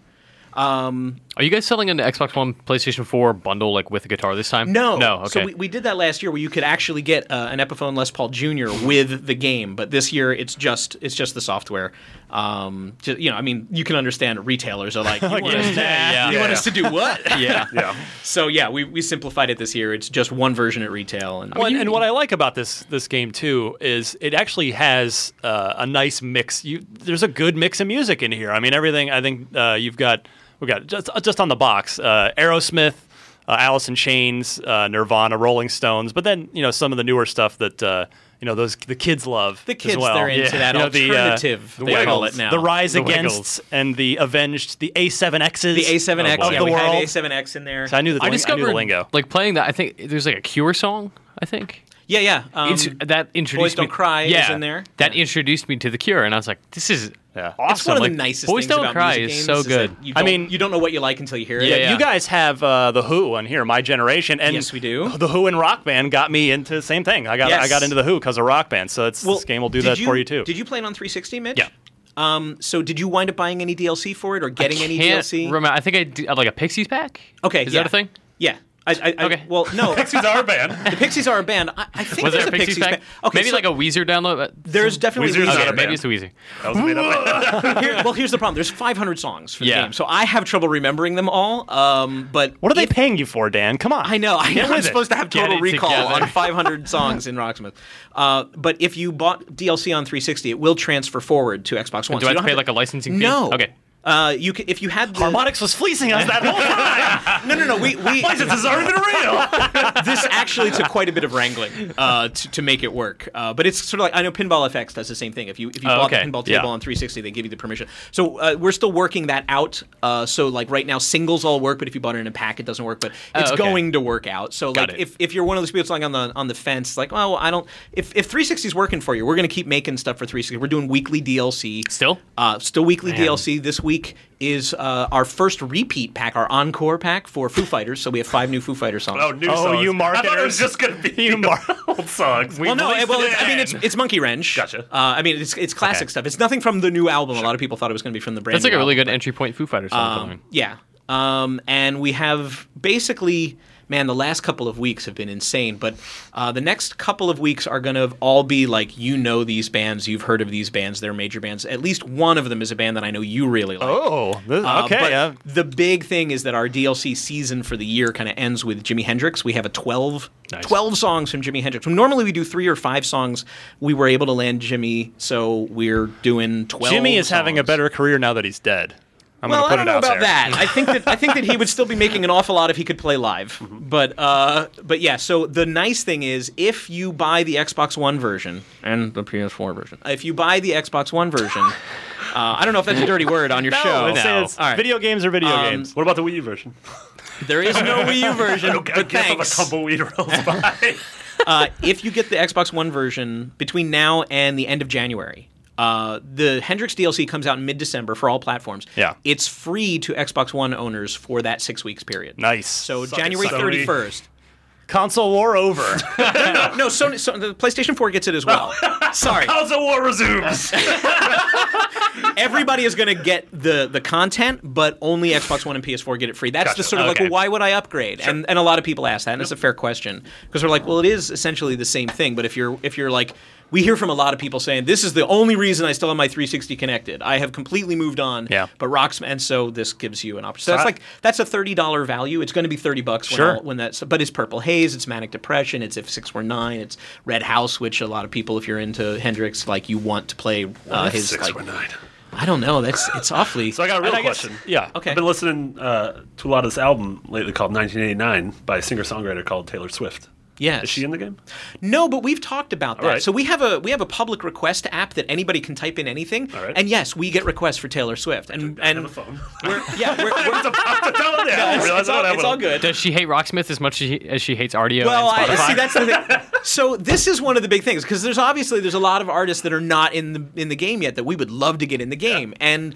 E: Are you guys selling an Xbox One, PlayStation 4 bundle like with a guitar this time?
F: No,
E: no. Okay.
F: So we, we did that last year, where you could actually get uh, an Epiphone Les Paul Junior with the game, but this year it's just it's just the software. Um, ju- you know, I mean, you can understand retailers are like, you want, us, to,
D: yeah,
F: you want us to do what?
E: yeah.
G: Yeah.
F: so yeah, we, we simplified it this year. It's just one version at retail, and
D: Well, and, and what I like about this this game too is it actually has uh, a nice mix. You there's a good mix of music in here. I mean, everything. I think uh, you've got we got just just on the box. Uh, Aerosmith, uh, Alice in Chains, uh, Nirvana, Rolling Stones, but then you know some of the newer stuff that. Uh, you know those the kids love
F: The
D: as
F: kids,
D: well.
F: they're into that
D: You know, the, uh,
F: alternative,
D: The,
F: they call
D: Wiggles,
F: it now.
D: the Rise
E: The
D: Against
E: Wiggles.
D: and the Avenged, the A7Xs,
F: the A7X,
D: of
F: yeah,
D: the
F: we had
D: world.
F: A7X in there.
D: So I knew the
E: I
D: ling-
E: discovered
D: knew the lingo.
E: like playing that. I think there's like a Cure song. I think
F: yeah, yeah. Um,
E: It's- that introduced
F: Boys Don't
E: me-
F: Cry is
E: yeah,
F: in there.
E: That
F: Yeah.
E: introduced me to the Cure, and I was like, "This is awesome!"
F: it's one of
E: like,
F: the nicest
E: Boys
F: things
E: Don't
F: about
E: Cry
F: music
E: is
F: games
E: so
F: that
E: good.
F: you
D: I
F: don't-
D: mean-
F: you don't know what you like until you hear it.
D: Yeah,
E: yeah.
D: you guys have uh, the Who on here, my generation, and
F: Yes, we do.
D: The Who and Rock Band got me into the same thing. I got I
F: Yes.
D: got into the Who because of Rock Band, so it's,
F: Well,
D: this game will do
F: did
D: that for you too.
F: Did you play it on 360, Mitch?
D: Yeah.
F: Um, so did you wind up buying any DLC for it or getting any
E: Can't
F: DLC?
E: remember. I think I did, like a Pixies pack.
F: Okay,
E: is
F: yeah.
E: that a thing?
F: Yeah. I, I, I,
E: Okay.
F: Well, no.
G: Pixies are a band.
F: the Pixies are a band. I, I think
E: Was
F: there's
E: there a
F: a
E: Pixies, pack?
F: band. Okay,
E: maybe
F: so
E: like a Weezer download. uh,
F: There's definitely
G: Weezer's
F: Weezer
G: not a
E: okay,
F: band.
E: maybe it's a Weezer.
G: That was made up.
F: Here- well, here's the problem. There's 500 songs for
E: Yeah.
F: the game, so I have trouble remembering them all. Um, but
D: what are they
F: if-
D: paying you for, Dan? Come on,
F: I know. I know
D: with
F: I'm
D: it.
F: supposed to have
E: Get
F: total
E: it
F: recall
E: together.
F: on 500 songs in Rocksmith. Uh, but if you bought DLC on 360, it will transfer forward to Xbox One.
E: do I have
F: so you
E: to
F: don't
E: pay, like, a licensing fee?
F: No.
E: Okay.
F: Uh, you can, if you had the,
D: Harmonix was fleecing us that whole time.
F: No, no, no. We, we
D: Licenses aren't even real.
F: this actually took quite a bit of wrangling uh, to, to make it work. Uh, but it's sort of like I know Pinball FX does the same thing. If you if you
E: Oh,
F: bought
E: okay.
F: the pinball
D: Yeah.
F: table on 360, they give you the permission. So uh, we're still working that out. Uh, so like right now, singles all work, but if you bought it in a pack, it doesn't work. But it's
E: Oh, okay.
F: going to work out. So
E: Got
F: like
E: it.
F: if, if you're one of those people that's like on the on the fence, like oh well, I don't. If if 360 is working for you, we're gonna keep making stuff for 360. We're doing weekly DLC
E: Still?
F: uh, still weekly DLC. This week is uh, our first repeat pack, our encore pack for Foo Fighters. So we have five new Foo Fighters songs.
G: Oh, new
D: Oh,
G: songs.
D: you
G: I thought it was
D: marketers.
G: just going to be
D: You mar-
G: old songs.
F: well, no,
G: Released
F: well,
G: it
F: it's, I mean it's
G: again.
F: it's Monkey Wrench.
G: Gotcha.
F: Uh, I mean it's it's classic stuff. It's nothing from the new album. A lot of people thought it was going to be from the brand.
E: That's like
F: new
E: a really
F: album,
E: good entry point Foo Fighters song.
F: but,
E: for me.
F: um, yeah. Um, and we have basically, man, the last couple of weeks have been insane. But uh, the next couple of weeks are going to all be like you know these bands, you've heard of these bands, they're major bands. At least one of them is a band that I know you really like.
D: oh, this,
F: Uh,
D: okay.
F: but
D: yeah.
F: The big thing is that our DLC season for the year kind of ends with Jimi Hendrix. We have a 12, 12 songs from Jimi Hendrix. Normally we do three or five songs. We were able to land Jimmy, so we're doing 12.
D: Jimmy is having a
F: songs.
D: better career now that he's dead. I'm
F: Well, I
D: gonna put
F: don't
D: it
F: know
D: out
F: about
D: there.
F: that. I think that I think that he would still be making an awful lot if he could play live.
D: Mm-hmm.
F: But uh, but yeah. So the nice thing is, if you buy the Xbox One version and the PS4 version, if you buy the Xbox One version, uh, I don't know if that's a dirty word on your show.
D: No, say it's
F: Oh, All right.
D: Video games are video
F: Um,
D: games.
G: What about the Wii U version?
F: There is no Wii U version,
G: I
F: but
G: guess if a
F: thanks.
G: tumbleweed rolls by.
F: Uh, if you get the Xbox One version between now and the end of January, uh, the Hendrix DLC comes out in mid-December for all platforms.
D: Yeah.
F: it's free to Xbox One owners for that six weeks period.
D: Nice.
F: So
G: it,
F: January
G: Sony.
F: thirty first.
D: console war over.
F: No, no, Sony, so the PlayStation Four gets it as well. Sorry,
G: How's the war resumes?
F: everybody is going to get the the content, but only Xbox One and PS4 get it free. That's
G: Gotcha.
F: the sort of like,
D: Okay.
F: well, why would I upgrade? And and a lot of people ask that, and it's a fair question because they're like, well, it is essentially the same thing. But if you're if you're like, we hear from a lot of people saying this is the only reason I still have my 360 connected. I have completely moved on.
D: Yeah.
F: But rocks, and so this gives you an opportunity. So that's
D: I-
F: like that's a thirty dollar value. It's going to be thirty bucks when,
D: Sure.
F: all- when that's. But it's Purple Haze. It's Manic Depression. It's If Six Were Nine. It's Red House, which a lot of people, if you're into Hendrix, like you want to play uh, his
G: Six
F: like
G: or nine.
F: I don't know. That's it's awfully.
G: So I got a real
D: I guess-
G: question.
D: yeah.
F: Okay.
G: I've been listening uh, to a lot of this album lately called 1989 by a singer songwriter called Taylor Swift.
F: Yes.
G: Is she in the game?
F: No, but we've talked about that.
G: All right.
F: So we have a we have a public request app that anybody can type in anything.
G: All right.
F: And yes, we get requests for Taylor Swift. And
G: I have
F: and
G: a phone.
F: we're yeah, we're, we're
G: It's about to tell you. I
F: it's,
G: realize
F: it's
G: I
F: all,
G: don't have
F: it's
G: one.
F: all good.
E: Does she hate Rocksmith as much as she, as she hates RDO
F: Well,
E: and
F: I,
E: Spotify?
F: see that's the thing. So this is one of the big things because there's obviously there's a lot of artists that are not in the in the game yet that we would love to get in the game and.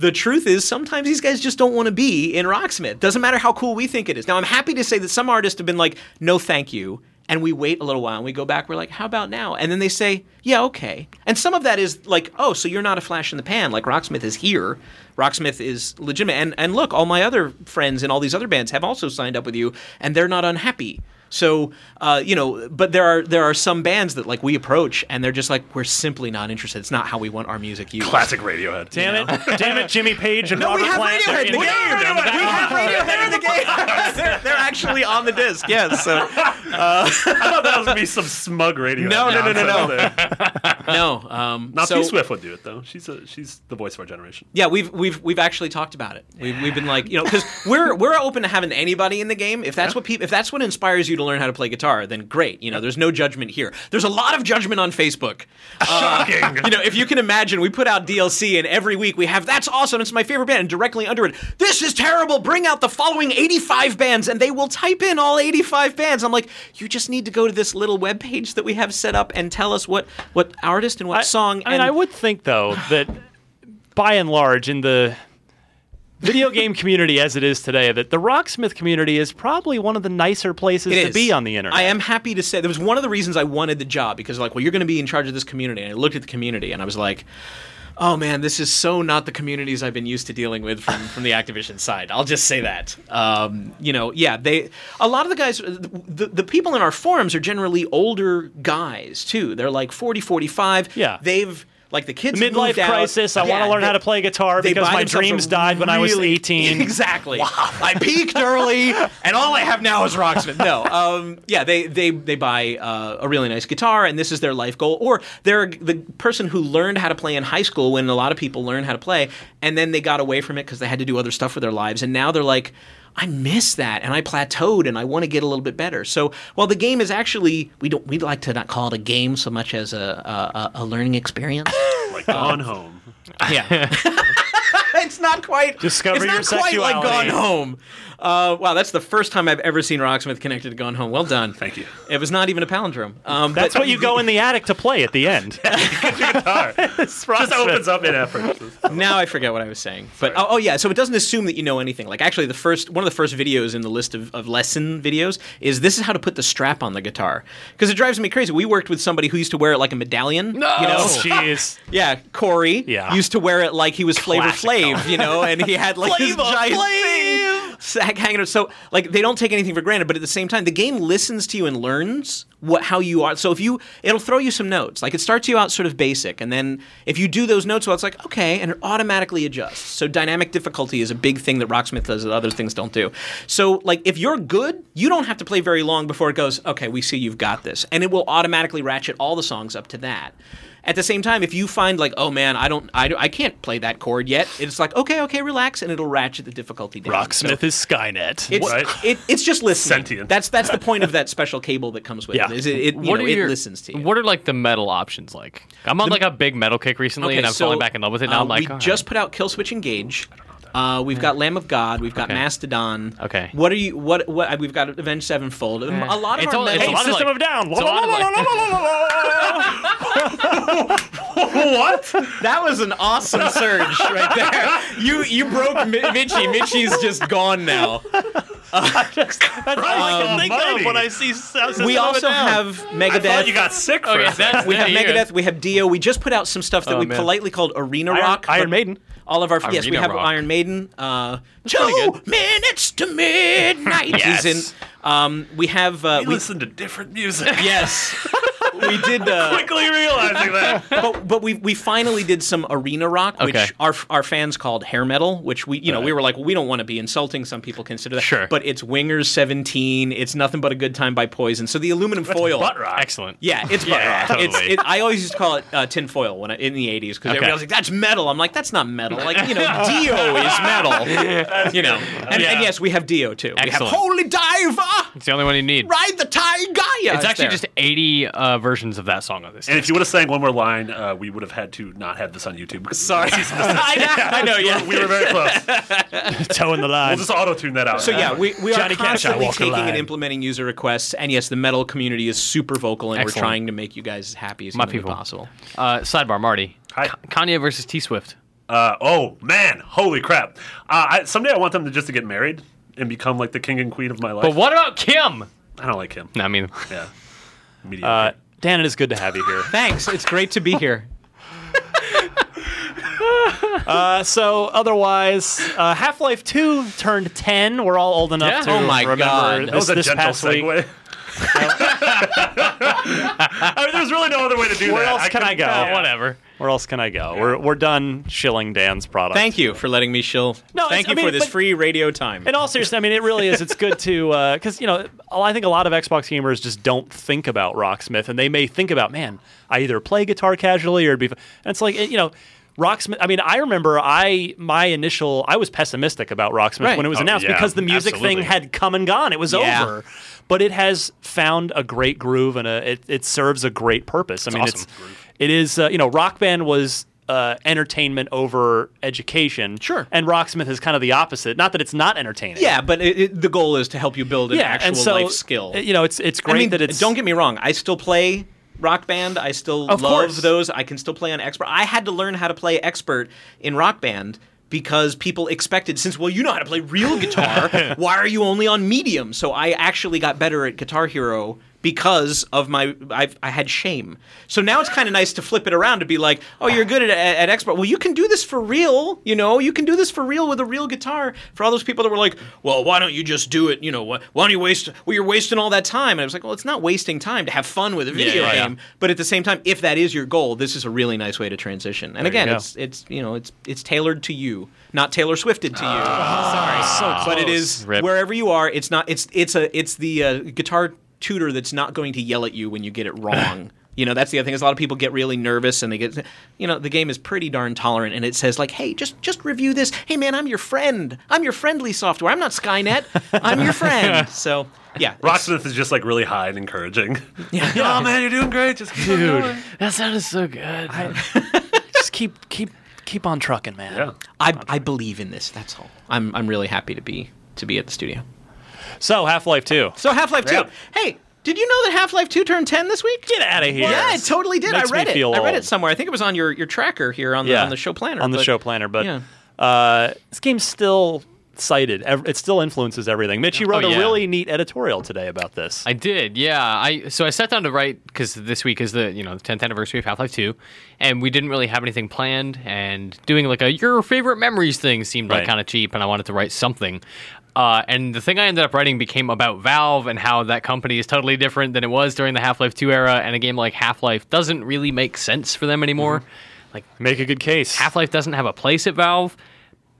F: The truth is, sometimes these guys just don't want to be in Rocksmith. Doesn't matter how cool we think it is. Now, I'm happy to say that some artists have been like, no, thank you. And we wait a little while and we go back, we're like, how about now? And then they say, yeah, okay. And some of that is like, oh, so you're not a flash in the pan. Like, Rocksmith is here. Rocksmith is legitimate. And, and look, all my other friends in all these other bands have also signed up with you and they're not unhappy. So uh, you know, but there are there are some bands that like we approach and they're just like we're simply not interested. It's not how we want our music used.
G: Classic Radiohead.
D: Damn it, damn it, Jimmy Page and
F: No,
D: Robert
F: we have
D: Plant.
F: Radiohead in the game.
D: They're in the
F: We have
D: background.
F: Radiohead in the game. they're, they're actually on the disc. Yes. So
G: I thought that was gonna be some smug Radiohead.
F: No, no, no, no, no.
G: nonsense there.
F: no. Um,
G: Not
F: so,
G: T Swift would do it though. She's a, she's the voice of our generation.
F: Yeah, we've we've we've actually talked about it. We've, we've been like, you know, because we're we're open to having anybody in the game. If that's what people, if that's what inspires you to learn how to play guitar, then great. You know, there's no judgment here. There's a lot of judgment on Facebook. Uh,
G: Shocking.
F: You know, if you can imagine, we put out DLC, and every week we have that's awesome. It's my favorite band. And directly under it, this is terrible. Bring out the following 85 bands, and they will type in all 85 bands. I'm like, you just need to go to this little web page that we have set up and tell us what what artist and what song.
D: I mean,
F: and
D: I would think though that by and large in the video game community as it is today, that the Rocksmith community is probably one of the nicer places
F: It
D: to
F: is.
D: be on the internet.
F: I am happy to say that was one of the reasons I wanted the job because like, well, you're going to be in charge of this community. And I looked at the community and I was like, oh man, this is so not the communities I've been used to dealing with from, from the Activision side. I'll just say that. Um, you know, yeah, they a lot of the guys, the, the people in our forums are generally older guys too. They're like 40, 45.
D: Yeah.
F: they've like the kids have
D: midlife
F: moved out.
D: crisis. I want
F: Yeah,
D: to learn
F: they-
D: how to play guitar
F: they
D: because
F: buy
D: my
F: themselves a
D: dreams died when I was
F: really-
D: 18.
F: Exactly. I peaked early, and all I have now is Rocksmith. No, um, yeah, they they they buy uh, a really nice guitar, and this is their life goal. Or they're the person who learned how to play in high school when a lot of people learn how to play, and then they got away from it because they had to do other stuff with their lives, and now they're like. I miss that, and I plateaued, and I want to get a little bit better. So while the game is actually, we don't, we'd like to not call it a game so much as a a, a a learning experience.
G: Like
F: Uh,
G: Gone Home.
F: Yeah. it's not quite
D: Discover
F: it's not
D: your
F: quite like Gone
D: sexuality.
F: Home. Uh, wow, that's the first time I've ever seen Rocksmith connected to Gone Home. Well done.
G: Thank you.
F: It was not even a palindrome. Um,
D: That's
F: but-
D: what you go in the attic to play at the end. It's
G: Just
D: Rocksmith.
G: opens up in effort.
F: now I forget what I was saying. But oh, oh yeah, so it doesn't assume that you know anything. Like actually, the first one of the first videos in the list of, of lesson videos is this is how to put the strap on the guitar because it drives me crazy. We worked with somebody who used to wear it like a medallion. No. You know?
D: Oh, Jeez.
F: Yeah, Corey
D: Yeah.
F: used to wear it like he was Flavor
D: Classic
F: Flav, you know, and he had like his
D: Flavor
F: giant
D: Flav!
F: thing sack hanging. So like they don't take anything for granted, but at the same time, the game listens to you and learns what how you are. So if you, it'll throw you some notes. Like it starts you out sort of basic, and then if you do those notes well, it's like okay, and it automatically adjusts. So dynamic difficulty is a big thing that Rocksmith does that other things don't do. So like if you're good, you don't have to play very long before it goes okay, we see you've got this, and it will automatically ratchet all the songs up to that. At the same time, if you find like, oh man, I don't, I, don't- I can't play that chord yet, it's like, okay, okay, relax, and it'll ratchet the difficulty down. So-
D: Rocksmith is Skynet.
F: it's,
G: Right.
F: it, it's just listening.
G: Sentient.
F: That's that's the point of that special cable that comes with
D: Yeah.
F: it. Is it, it, you know, it listens to you.
E: What are like the metal options like? I'm on like a big metal kick recently, and I'm falling back in love with it. Now
F: uh,
E: I'm like, "Oh,
F: we
E: all right.
F: just put out Killswitch Engage. Uh, we've got Lamb of God. We've got Mastodon.
E: Okay.
F: What are you? What? What? uh, We've got Avenged Sevenfold. A lot of
E: It's
F: our
E: all-
F: metal-
E: it's a
D: Hey,
E: lot
D: System
E: like-
D: of a Down.
E: it's a lot of like-
G: what?
F: That was an awesome surge right there. You you broke Mi- Mitchie. Mitchie's just gone now.
D: That's all I can
G: Um,
D: think of
G: almighty.
D: when I see S- System
F: we
D: of a
F: also
D: Down.
F: have
G: I thought
F: Megadeth.
G: you got sick for
E: Okay,
G: a second.
E: that's-
F: we have
E: yeah, you're-
F: Megadeth. We have Dio. We just put out some stuff
E: Oh,
F: that we
D: man.
F: politely called Arena
D: Iron-
F: Rock.
D: Iron
F: but
D: Maiden.
F: All of our yes, we
E: Arena
F: have
E: Rock.
F: Iron Maiden. Uh, two minutes to midnight.
E: Yes.
F: is in. Um, we have uh,
G: We
F: we,
G: listen to different music.
F: yes. we did. Uh,
G: Quickly realizing that.
F: but but we we finally did some arena rock, which
E: Okay.
F: our our fans called hair metal, which we you know we were like we don't want to be insulting. Some people consider that,
E: Sure.
F: But it's Wingers Seventeen. It's nothing but a good time by Poison. So the aluminum foil.
G: butt rock.
E: excellent.
F: Yeah, it's butt
E: Yeah,
F: rock. It's,
E: totally.
F: it, I always used to call it uh, tin foil when I, in the '80s because everybody was like, "That's metal." I'm like, "That's not metal." Like you know, Dio is metal. you know, and, and yes, we have Dio too. We have
E: Excellent.
F: Holy Diver,
E: It's the only one you need.
F: ride the Tiger. Yeah,
E: it's,
F: it's
E: actually
F: there.
E: just 80 uh, versions of that song on this.
G: And if you would have sang one more line, uh, we would have had to not have this on YouTube. because
F: Sorry.
E: I know, yeah.
G: We were very close.
D: Toeing the line.
G: We'll just auto tune that out.
F: So yeah, we, we are
D: Johnny Cash, I
F: constantly
D: walk the
F: taking
D: line.
F: and implementing user requests, and yes, the metal community is super vocal, and we're
E: Excellent.
F: trying to make you guys as happy as
E: My
F: humanly
E: people.
F: possible.
E: Uh, sidebar, Marty.
G: Hi.
E: Ka- Kanye versus T Swift.
G: Uh, oh man, holy crap! Uh, I, someday I want them to just to get married and become like the king and queen of my life.
E: But what about Kim?
G: I don't like him.
E: No, I mean,
G: Yeah.
D: Uh,
G: Mediocre.
D: Dan, it is good to have you here.
F: Thanks, it's great to be here.
D: Uh, so otherwise, uh, Half Life Two turned ten. We're all old enough
E: Yeah.
D: to
E: Oh
F: my
D: remember
F: God.
D: this,
G: that was a
D: this
G: gentle
D: past week.
G: segue. I mean, there's really no other way to do
D: Where
G: that.
D: else can I
G: couldn't-
D: go?
G: Yeah.
E: whatever.
D: Where else can I go? We're we're done shilling Dan's product.
F: Thank you for letting me shill.
D: No, it's-
F: Thank you
D: I mean,
F: for this
D: but-
F: free radio time.
D: In all seriousness, I mean, it really is. It's good to because you know I think a lot of Xbox gamers just don't think about Rocksmith, and they may think about, man, I either play guitar casually or be. And it's like you know, Rocksmith. I mean, I remember I my initial I was pessimistic about Rocksmith
F: Right.
D: when it was
F: Oh,
D: announced
G: yeah,
D: because the music
G: absolutely.
D: thing had come and gone. It was
F: Yeah.
D: over. But it has found a great groove and a, it, it serves a great purpose. I mean,
E: awesome.
D: it's it is uh, you know Rock Band was uh, entertainment over education,
F: Sure.
D: and Rocksmith is kind of the opposite. Not that it's not entertaining,
F: Yeah, but it, it, the goal is to help you build an
D: yeah,
F: actual
D: and so
F: life skill.
D: You know, it's it's great
F: I mean,
D: that it's
F: don't get me wrong. I still play Rock Band. I still
D: Of
F: love
D: course.
F: those. I can still play on expert. I had to learn how to play expert in Rock Band because people expected since well you know how to play real guitar why are you only on medium so i actually got better at guitar hero because of my I've, i had shame so now it's kind of nice to flip it around to be like oh you're good at, at, at expert well you can do this for real you know you can do this for real with a real guitar for all those people that were like well why don't you just do it you know why, why don't you waste well you're wasting all that time and i was like well it's not wasting time to have fun with a video
E: yeah, yeah.
F: game but at the same time if that is your goal this is a really nice way to transition and again
D: go.
F: it's it's you know it's it's tailored to you not taylor swifted to you
E: Ah.
F: sorry so but it is
E: Rip.
F: wherever you are it's not it's it's a it's the uh, guitar tutor that's not going to yell at you when you get it wrong you know that's the other thing is a lot of people get really nervous and they get you know the game is pretty darn tolerant and it says like hey just just review this hey man i'm your friend i'm your friendly software i'm not skynet i'm your friend so yeah it's-
G: Rocksmith is just like really high and encouraging. Yeah. oh man, you're doing great. Just keep on going.
E: That sounded so good.
D: just keep keep keep on trucking, man.
G: Yeah.
F: I, I believe in this. That's all. I'm I'm really happy to be to be at the studio.
D: So Half Life Two.
F: So Half Life Two.
G: Yeah.
F: Hey, did you know that Half Life Two turned ten this week?
D: Get out of here.
F: Yeah, it totally did.
D: Makes
F: I read
D: me
F: it.
D: feel
F: I read
D: old.
F: it somewhere. I think it was on your, your tracker here on the on the show planner.
D: on the
F: but-
D: show planner. But
F: Yeah.
D: uh, this game's still cited. Ev- It still influences everything. Mitch, you wrote
E: yeah.
D: a really neat editorial today about this.
E: I did, yeah. I so I sat down to write because this week is the you know the 10th anniversary of Half Life 2, and we didn't really have anything planned. And doing like a your favorite memories thing seemed like
D: Right.
E: kind of cheap, and I wanted to write something. Uh, and the thing I ended up writing became about Valve and how that company is totally different than it was during the Half Life 2 era, and a game like Half Life doesn't really make sense for them anymore. Like
D: Make a good case.
E: Half Life doesn't have a place at Valve,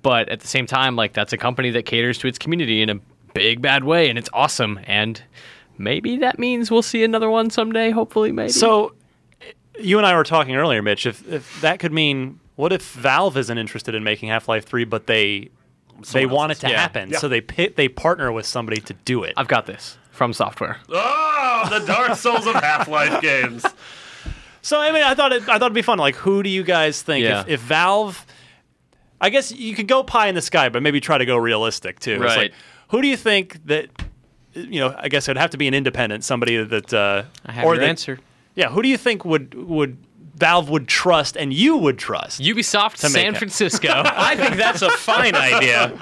E: but at the same time, like that's a company that caters to its community in a big bad way, and it's awesome. And maybe that means we'll see another one someday. Hopefully, maybe.
D: So you and I were talking earlier, Mitch. If, if that could mean, what if Valve isn't interested in making Half Life Three, but they they
G: else
D: want it
G: is.
D: to
E: Yeah.
D: happen,
G: Yeah.
D: so they pit, they partner with somebody to do it.
E: I've got this from software.
G: Oh, the Dark Souls of Half-Life games.
D: So I mean, I thought it, I thought it'd be fun. Like, who do you guys think
E: Yeah.
D: if, if Valve? I guess you could go pie in the sky, but maybe try to go realistic too. It's like,
E: Right.
D: who do you think that? You know, I guess it'd have to be an independent, somebody that. Uh,
F: I have
D: or
F: your
D: that-
F: answer.
D: Yeah, who do you think would would Valve would trust and you would trust?
E: Ubisoft
D: make
E: San
D: it.
E: Francisco.
F: I think that's a fine idea.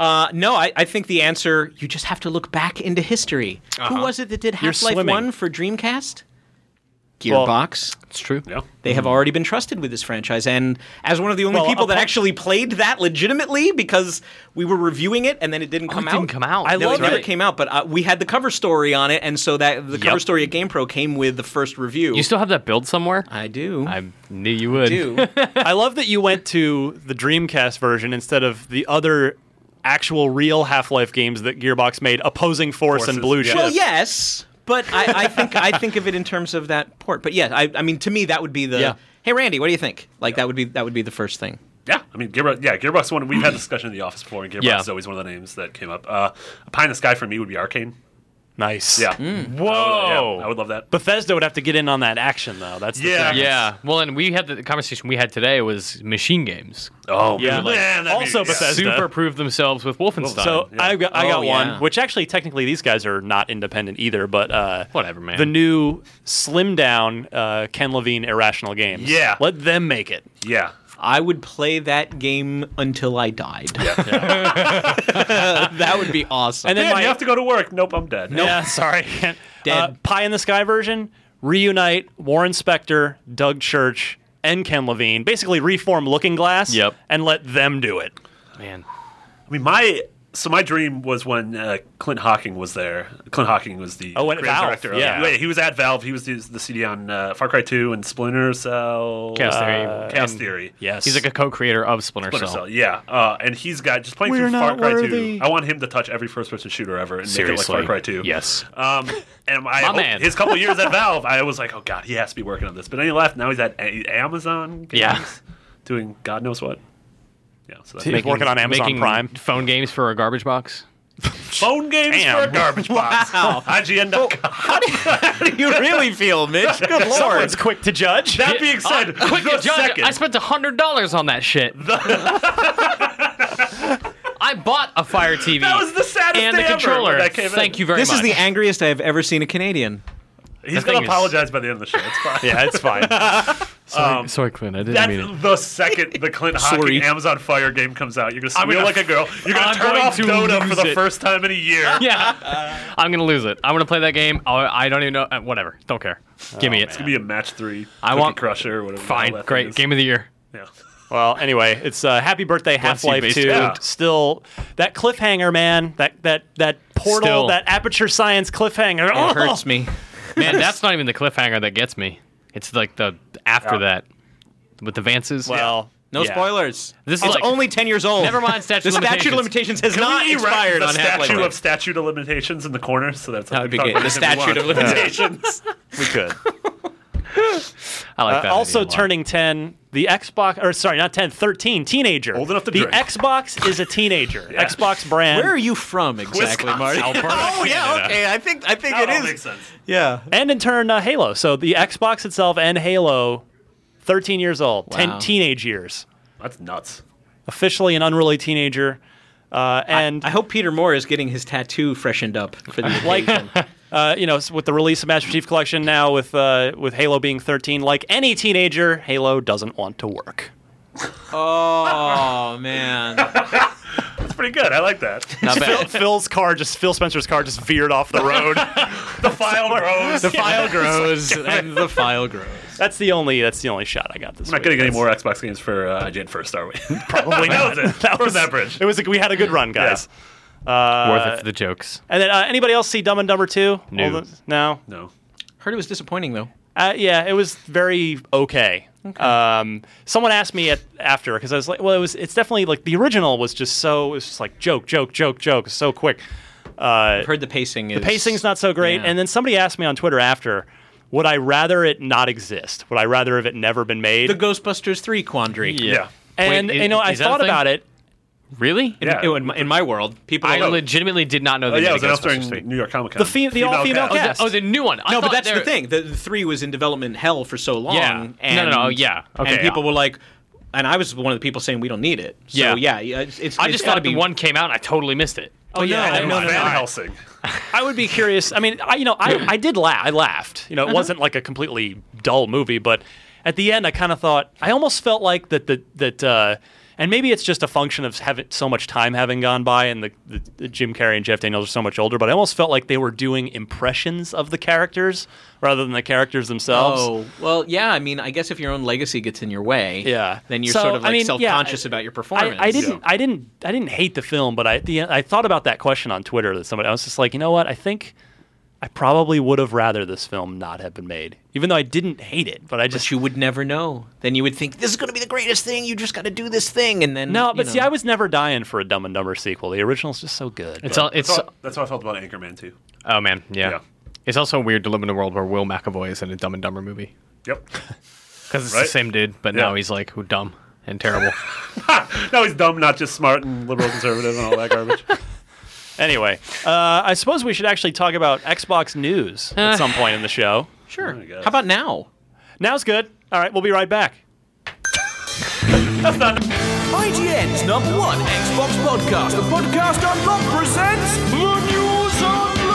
F: Uh, no, I, I think the answer you just have to look back into history. Who was it that did Half Life
D: swimming.
F: One for Dreamcast? Gearbox.
E: it's true.
G: Yeah.
F: they have already been trusted with this franchise. And as one of the only
D: Well,
F: people that
D: upon-
F: actually played that legitimately, because we were reviewing it and then it didn't
E: Oh,
F: come
E: it
F: out.
E: didn't come out.
D: I
F: no,
D: love
F: it never
D: it.
F: came out, but uh, we had the cover story on it, and so that the cover story at GamePro came with the first review.
E: You still have that build somewhere?
F: I do.
E: I knew you would.
F: do.
D: I love that you went to the Dreamcast version instead of the other actual real Half-Life games that Gearbox made, opposing Force
G: Forces,
D: and Blue
G: yeah.
D: Shift.
F: well, yes, but I, I think I think of it in terms of that port. But yeah, I, I mean, to me, that would be the.
D: Yeah.
F: Hey, Randy, what do you think? Like that would be that would be the first thing.
G: Yeah, I mean, Gearbox. Yeah, Gearbox. One we've had a discussion in the office before, and Gearbox
E: Yeah.
G: is always one of the names that came up. Uh, Pie in the Sky for me would be Arcane.
D: Nice.
G: Yeah.
D: Whoa.
G: Yeah, I would love that.
D: Bethesda would have to get in on that action though. That's the
G: Yeah.
D: thing.
E: Yeah. Well, and we had the, the conversation we had today was machine games.
G: Oh
D: Yeah.
G: man, that'd
D: Also
G: be, yeah.
D: Bethesda.
E: Super proved themselves with Wolfenstein.
D: So
G: Yeah.
D: I got, I
F: Oh,
D: got
F: yeah.
D: one, which actually technically these guys are not independent either, but uh,
E: Whatever, man.
D: The new slim down uh, Ken Levine irrational games.
G: Yeah.
D: let them make it.
G: Yeah.
F: I would play that game until I died. that would be awesome.
D: And then
G: Man,
D: my
G: you have to go to work. Nope, I'm dead.
D: yeah, sorry, Uh,
F: Dead.
D: pie in the sky version reunite Warren Spector, Doug Church, and Ken Levine. Basically reform Looking Glass.
E: Yep.
D: and let them do it.
E: man.
G: I mean, my so my dream was when uh, Clint Hawking was there. Clint Hawking was the
D: Oh, when-
G: creative
D: Valve,
G: director. Of,
D: yeah.
G: wait, he was at Valve. He was the, the CD on uh, Far Cry 2 and Splinter Cell.
E: Chaos
G: uh,
E: Theory.
G: Chaos
E: And
G: Theory.
D: Yes,
E: He's like a co-creator of Splinter,
G: Splinter
E: Cell.
G: Cell. Yeah, uh, and he's got just playing
D: We're
G: through Far
D: not
G: Cry
D: worthy.
G: 2. I want him to touch every first-person shooter ever and
E: Seriously.
G: make it like Far Cry 2.
E: Yes.
G: Um, and I,
E: My
G: hope-
E: man.
G: his couple years at Valve, I was like, oh god, he has to be working on this. But then he left. Now he's at a- Amazon. Games,
E: Yeah.
G: doing God knows what. Yeah, so that's
D: He's working on Amazon
E: Making
D: Prime.
E: phone games for a garbage box.
G: phone games for
D: Damn.
G: a garbage box.
F: Wow.
G: IGN.com.
F: you really feel, Mitch? Good lord.
D: Someone's quick to judge.
G: That being said,
E: uh, Quick,
G: the
E: Judge,
G: second,
E: I spent hundred dollars on that shit. I bought a Fire TV.
G: That was the saddest
E: and the
G: day ever
E: controller.
G: when that came
E: Thank
G: in.
E: you very
F: This
E: much.
F: is the angriest I have ever seen a Canadian.
G: he's
E: thing
G: gonna
E: is-
G: apologize by the end of the show. It's fine.
D: yeah, it's fine.
G: Um,
E: Sorry, sorry, Clint. I didn't
G: That's
E: mean it.
G: the second the Clint Hawking
F: Sorry.
G: Amazon Fire game comes out. You're gonna
E: I'm
G: squeal
E: gonna
G: like a girl. You're gonna
E: I'm
G: turn
E: going
G: off
E: to
G: Dota for
E: lose
G: the
E: it.
G: first time in a year.
E: Yeah, I'm gonna lose it. I'm gonna play that game. I'll, I don't even know. uh, Whatever. Don't care. Give me it.
G: It's gonna be a match three.
E: I
G: Cookie
E: want-
G: Crusher. Or whatever. the hell
E: Fine.
G: that thing
E: Great.
G: is.
E: Game of the year.
G: Yeah.
D: Well, anyway, it's uh, happy birthday, Half
E: Bless you,
D: Life
E: based-
D: Two.
G: Yeah.
D: Still, that cliffhanger, man. That that that portal,
E: Still.
D: that Aperture Science cliffhanger. Oh.
F: It hurts me.
E: Man, that's not even the cliffhanger that gets me. It's like the after that with the Vances.
D: Well,
F: No
D: yeah.
F: spoilers.
E: This
F: This
E: is
F: it's
E: like-
F: only 10 years old.
E: Never mind statute
F: The
E: of
F: statute of limitations has not
G: we erect
F: expired
G: the
F: on Half-Life.
G: statue of statute of limitations in the corner, so that's
F: That would be good. The statute of limitations.
D: we could.
E: I like
D: Uh,
E: that.
D: also
E: idea a lot.
D: turning 10, the Xbox, or sorry, not 10, 13, teenager.
G: Old enough to
D: The
G: drink.
D: Xbox is a teenager. Xbox brand.
F: Where are you from exactly, Marty? Oh yeah, okay. I think I think
G: That
F: it
G: all
F: is.
G: makes sense.
F: Yeah.
D: and in turn, uh, Halo. So the Xbox itself and Halo, 13 years old, 10
F: Wow.
D: teenage years.
G: That's nuts.
D: Officially an unruly teenager. Uh, and
F: I hope Peter Moore is getting his tattoo freshened up for the
D: like
F: occasion.
D: uh, you know s- with the release of Master Chief Collection now with uh, with Halo being 13 like any teenager Halo doesn't want to work
F: Oh man.
G: That's pretty good. I like that.
E: Not
D: Phil,
E: bad.
D: Phil's car just Phil Spencer's car just veered off the road
G: the file grows.
D: the file grows
F: and the file grows.
D: that's the only that's the only shot I got this
G: I'm not
D: week.
G: getting any
D: That's-
G: more Xbox games for uh, IGN first, are Oh, we? Probably not. That was it. That was that bridge.
D: it was a, we had a good run guys Uh,
E: worth it for the jokes.
D: and then uh, anybody else see Dumb and Dumber 2
E: No.
D: no
G: No.
F: Heard it was disappointing though.
D: Uh, yeah, it was very okay. Um, someone asked me at, after because I was like, well, it was. It's definitely like the original was just so. It was just like joke, joke, joke, joke, so quick. Uh,
F: Heard the pacing is
D: the pacing's not so great.
F: Yeah.
D: And then somebody asked me on Twitter after, would I rather it not exist? Would I rather have it never been made?
F: the Ghostbusters 3 quandary.
G: Yeah.
D: and
E: Wait,
D: you know,
E: is-
D: I
E: is that a
D: thought
E: thing?
D: about it.
E: Really?
G: Yeah.
F: It would- in, my, world, people
E: I
F: are-
E: legitimately did not know.
G: Oh,
E: They
G: yeah, it was
E: made a
G: announced
E: Ghostbusters
G: during
E: three.
G: New York Comic Con.
D: The, fe- the all-female
G: cast.
D: cast.
E: Oh, the new one. I
F: No, but
E: thought
F: that's
E: they
F: the
E: were-
F: thing. The, the 3 was in development hell for so long
E: Yeah.
F: and
E: No, no, no, yeah. Okay,
F: And people
E: I-
F: were like and I was one of the people saying we don't need it. So
E: Yeah.
F: yeah, yeah it's, it's
E: I
F: it's
E: just
F: gotta
E: thought the
F: be
E: one came out and I totally missed it.
F: Oh
G: No,
F: yeah, no, no, no,
G: Van
F: no.
G: Helsing.
D: I would be curious. I mean, I, you know, I, I did laugh. I laughed. You know, it wasn't like a completely dull movie, but at the end, I kind of thought I almost felt like that that that, uh, and maybe it's just a function of having so much time having gone by, and the, the, the Jim Carrey and Jeff Daniels are so much older. But I almost felt like they were doing impressions of the characters rather than the characters themselves.
F: Oh well, yeah. I mean, I guess if your own legacy gets in your way,
D: Yeah.
F: then you're
D: So,
F: sort of
D: I
F: like
D: mean, yeah,
F: self-conscious
D: I-
F: about your
D: I,
F: performance.
D: I didn't, I didn't, I didn't hate the film, but I, at the end, I thought about that question on Twitter that somebody. I was just like, you know what? I think I probably would have rather this film not have been made, even though I didn't hate it. But I just
F: But you would never know. Then you would think this is going to be the greatest thing. You just got to do this thing, and then
D: no.
F: you
D: But see,
F: know.
D: I was never dying for a Dumb and Dumber sequel. The original's just so good.
E: It's
D: but-
E: all, it's
G: That's how- That's how I felt about Anchorman too.
E: oh man, yeah.
G: Yeah.
E: It's also weird to live in a world where Will McAvoy is in a Dumb and Dumber movie
G: Yep.
E: because it's the
G: Right.
E: same dude, but
G: Yeah.
E: now he's like who dumb and terrible.
G: No, he's dumb, not just smart and liberal conservative and all that garbage.
D: Anyway, uh, I suppose we should actually talk about Xbox news at some point in the show.
F: Sure. How about now?
D: Now's good. All right, we'll be right back.
H: IGN's number one Xbox podcast, the podcast unlocked presents Blue News Unlocked.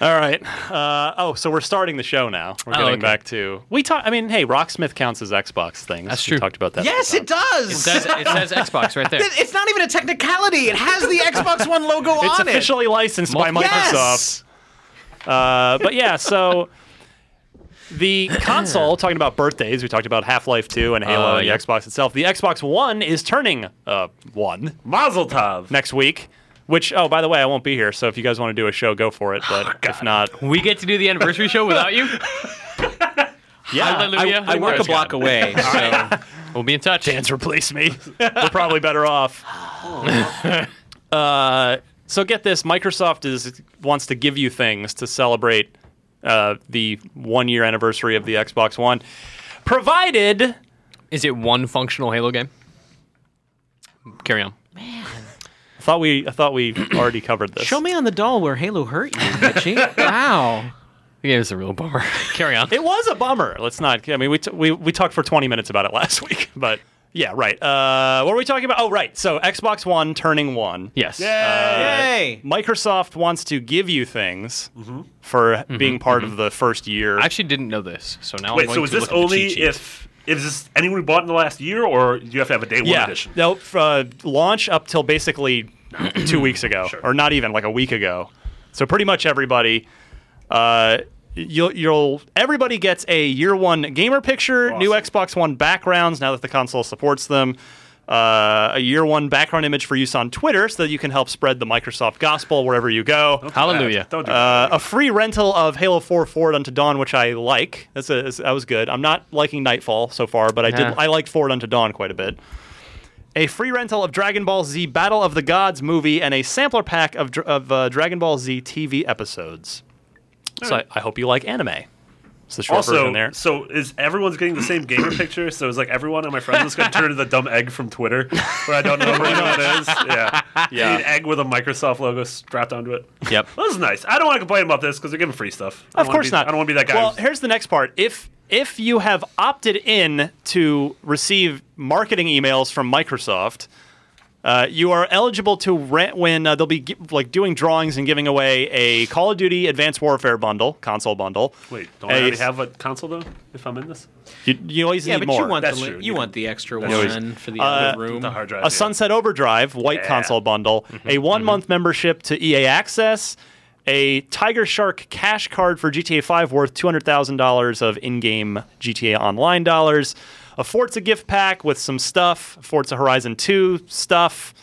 D: All right. Uh, oh, so we're starting the show now. We're getting
E: okay.
D: back to we talk. I mean, hey, Rocksmith counts as Xbox things.
E: That's
D: We
E: true.
D: talked about that.
F: Yes,
D: last
F: it does.
E: It says, it says Xbox right there.
F: It- It's not even a technicality. It has the Xbox One logo
D: time. It's
F: on it.
D: officially licensed by
E: Multiple-
D: Microsoft.
F: Yes.
D: Uh, but yeah, so the console, talking about birthdays, we talked about Half Life 2 and Halo
E: Uh,
D: and the
E: yeah.
D: Xbox itself. The Xbox One is turning uh, one
G: Mazel tov.
D: next week, which, oh, by the way, I won't be here. So if you guys want to do a show, go for it.
E: Oh,
D: But if not,
E: We get to do the anniversary show without you.
D: yeah,
E: Hallelujah.
F: I work a
E: Praise God.
F: block away. So.
E: We'll be in touch.
D: Dan's replace me. We're probably better off. uh, so get this: Microsoft is wants to give you things to celebrate uh, the one year anniversary of the Xbox One, provided
E: Is it one functional Halo game? Carry on.
D: I thought we I thought we already covered this.
F: Show me on the doll where Halo hurt you, Mitchie. wow.
E: The game is a real bummer. Carry on.
D: It was a bummer. Let's not. I mean, we t- we we talked for 20 minutes about it last week, but yeah, right. Uh, what were we talking about? Oh, right. So Xbox One turning one.
E: yes.
F: Uh, Yay.
D: Microsoft wants to give you things for being part of the first year.
E: I actually didn't know this, so now I'm
G: Wait,
E: going
G: so is
E: to
G: this
E: look at the
G: only
E: cheat sheet.
G: if is this anyone we bought in the last year, or do you have to have a day one
D: yeah,
G: edition?
D: no, f- uh, launch up till basically two weeks ago, or not even like a week ago. So pretty much everybody, uh, you'll, you'll everybody gets a year one gamer picture, new
G: Awesome.
D: Xbox One backgrounds now that the console supports them. Uh, a year one background image for use on Twitter so that you can help spread the Microsoft gospel wherever you go.
E: Hallelujah.
G: Don't do
D: Uh,
G: that.
D: a free rental of Halo 4 Forward Unto Dawn, which I like. That's a, that was good. I'm not liking Nightfall so far, but I did.
E: Yeah.
D: I liked Forward Unto Dawn quite a bit. A free rental of Dragon Ball Z Battle of the Gods movie and a sampler pack of, dr- of uh, Dragon Ball Z TV episodes. So I, I hope you like anime. It's the short version
G: Also,
D: there.
G: so is everyone's getting the same gamer picture? So is like everyone on my friends list going to turn into the dumb egg from Twitter, where I don't know who anyone is. Yeah, yeah, an egg with a Microsoft logo strapped onto it.
E: Yep.
G: Well, this is nice. I don't want to complain about this because they're giving free stuff. I don't
D: Of
G: wanna
D: course
G: be-
D: not.
G: I don't want to be that guy.
D: Well,
G: who's-
D: here's the next part. If if you have opted in to receive marketing emails from Microsoft, uh, you are eligible to rent when uh, they'll be gi- like doing drawings and giving away a Call of Duty Advanced Warfare bundle, console bundle.
G: Wait, don't I
D: A-
G: already have a console though? If I'm in this,
D: You, you always
F: Yeah,
D: need
F: but
D: more.
F: you want
G: That's
F: the
G: true.
F: you,
G: You
F: want
G: can-
F: the extra
G: that's
F: one for the other room.
G: the hard drive.
D: a Sunset Overdrive white
G: Yeah.
D: console bundle, a one month membership to EA Access, a Tiger Shark cash card for GTA 5 worth $200,000 of in game GTA Online dollars, a Forza gift pack with some stuff, Forza Horizon 2 stuff,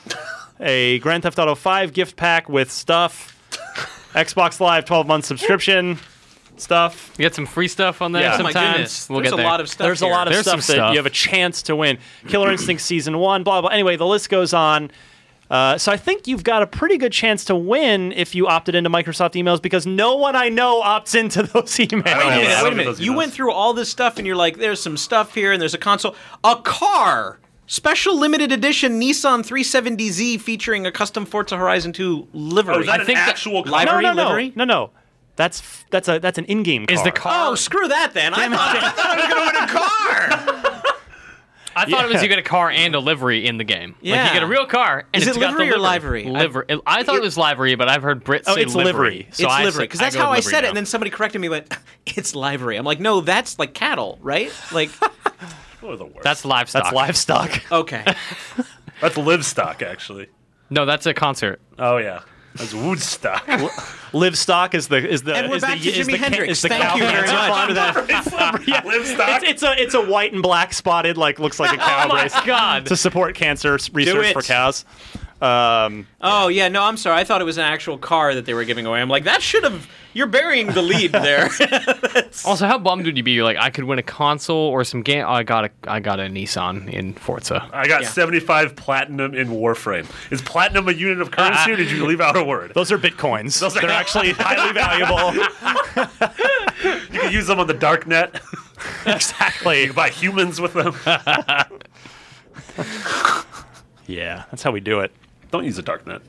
D: a Grand Theft Auto 5 gift pack with stuff, Xbox Live 12 month subscription stuff.
E: You get some free stuff on there
D: Yeah. Oh
F: My
E: sometimes.
F: goodness,
E: We'll
F: there's
E: get
F: a
E: there.
F: lot of stuff.
D: There's a
F: here.
D: lot of
E: There's
D: stuff
E: some
D: that
E: stuff.
D: you have a chance to win. Killer Instinct season one, blah blah. Anyway, the list goes on. Uh, so I think you've got a pretty good chance to win if you opted into Microsoft emails because no one I know opts into those
G: don't
F: Wait a
G: know.
D: emails.
F: minute,
G: I
F: wait a
G: don't get
F: minute.
G: those
F: You
G: emails.
F: went through all this stuff and you're like, there's some stuff here and there's a console. A car! Special limited edition Nissan 370Z featuring a custom Forza Horizon 2 livery.
G: Oh, is that an
E: think that-
G: actual console?
F: Library
D: no, no, no,
F: livery?
D: no, no. That's f- that's a that's an in-game. Car.
E: Is the car?
F: Oh, screw that then. I thought, I thought I was going to win a car.
E: I thought it
D: yeah.
E: was you get a car and a livery in the game. Like
F: Yeah.
E: you get a real car. And
F: Is
E: it's
F: it
E: got the
F: livery or
E: livery.
F: livery? I-
E: Livery. I, thought it, was livery, but I've heard Brits
D: Oh,
E: say
D: it's
E: livery.
D: livery.
E: So
F: it's
E: I
F: livery.
E: say-
F: Because that's
E: go
F: how I
E: livery
F: said it.
E: now.
F: And then somebody corrected me went, it's livery. I'm like, no, that's like cattle, right? Like,
G: Oh, the worst.
E: that's livestock.
D: that's livestock.
F: okay.
G: That's livestock, actually.
E: No, that's a concert.
G: Oh yeah, that's Woodstock.
D: Livestock is the is the
F: And we're
D: is
F: back
D: the,
F: to
D: is
F: Jimi
D: the, ca-
F: Hendrix.
D: Is the
F: Thank
D: cow
F: you very
D: cancer
F: much.
D: fund that-
G: livestock.
D: It's, it's a it's a white and black spotted like looks like a cow
E: Oh my
D: race
E: god.
D: to support cancer s- research
F: it.
D: for cows. Um,
F: Oh, yeah, no, I'm sorry. I thought it was an actual car that they were giving away. I'm like, that should have. You're burying the lead there.
E: Also, how bummed would you be? You're like, I could win a console or some game. Oh, I got a, I got a Nissan in Forza.
G: I got
F: Yeah.
G: 75 platinum in Warframe. Is platinum a unit of currency, or did you leave out a word?
D: Those are bitcoins. They're actually highly valuable.
G: You can use them on the dark net.
D: exactly.
G: You can buy humans with them.
D: Yeah, that's how we do it.
G: Don't use a dark net.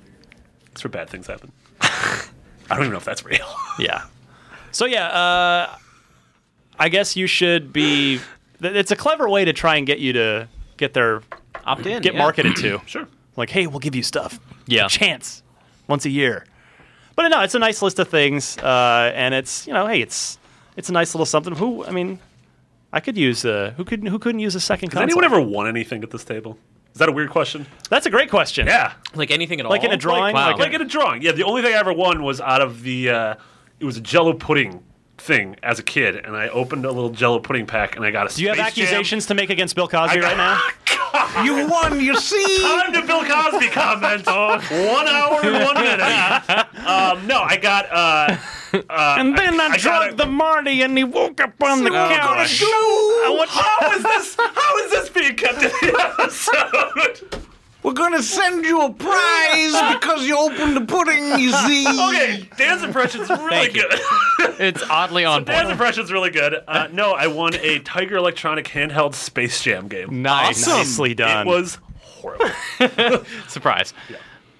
G: That's where bad things happen. I don't even know if that's real.
D: Yeah. So yeah, uh, I guess you should be. th- It's a clever way to try and get you to get their
F: Opt in.
D: get
F: yeah.
D: marketed to.
G: sure.
D: Like, hey, we'll give you stuff.
E: Yeah.
D: A chance once a year. But no, it's a nice list of things, uh, and it's you know, hey, it's it's a nice little something. Who I mean, I could use a who could who couldn't use a second.
G: Has anyone
D: Console?
G: ever won anything at this table? Is that a weird question?
D: That's a great question.
G: Yeah.
F: Like anything at all.
D: Like in a drawing.
E: wow.
D: Like,
G: Like in a drawing. Yeah, the only thing I ever won was out of the uh, it was a jello pudding thing as a kid, and I opened a little jello pudding pack and I got a
D: do you have
G: Space Jam.
D: accusations to make against Bill Cosby right now?
H: You won, you see?
G: Time to Bill Cosby comment on one hour and one minute. Um, no, I got uh,
D: And then I,
G: I
D: drugged
G: gotta-
D: the Marty and he woke up on
G: Oh,
D: the couch.
H: Go!
G: how is this how is this being kept in the episode?
H: We're gonna send you a prize because you opened the pudding, you see?
G: Okay, Dan's impression's really
E: Thank you.
G: good.
E: It's oddly on
G: Dan's
E: point.
G: impression's really good. Uh, no, I won a Tiger Electronic handheld Space Jam game.
E: Nice.
D: Nicely done.
G: It was horrible.
E: Surprise. Uh,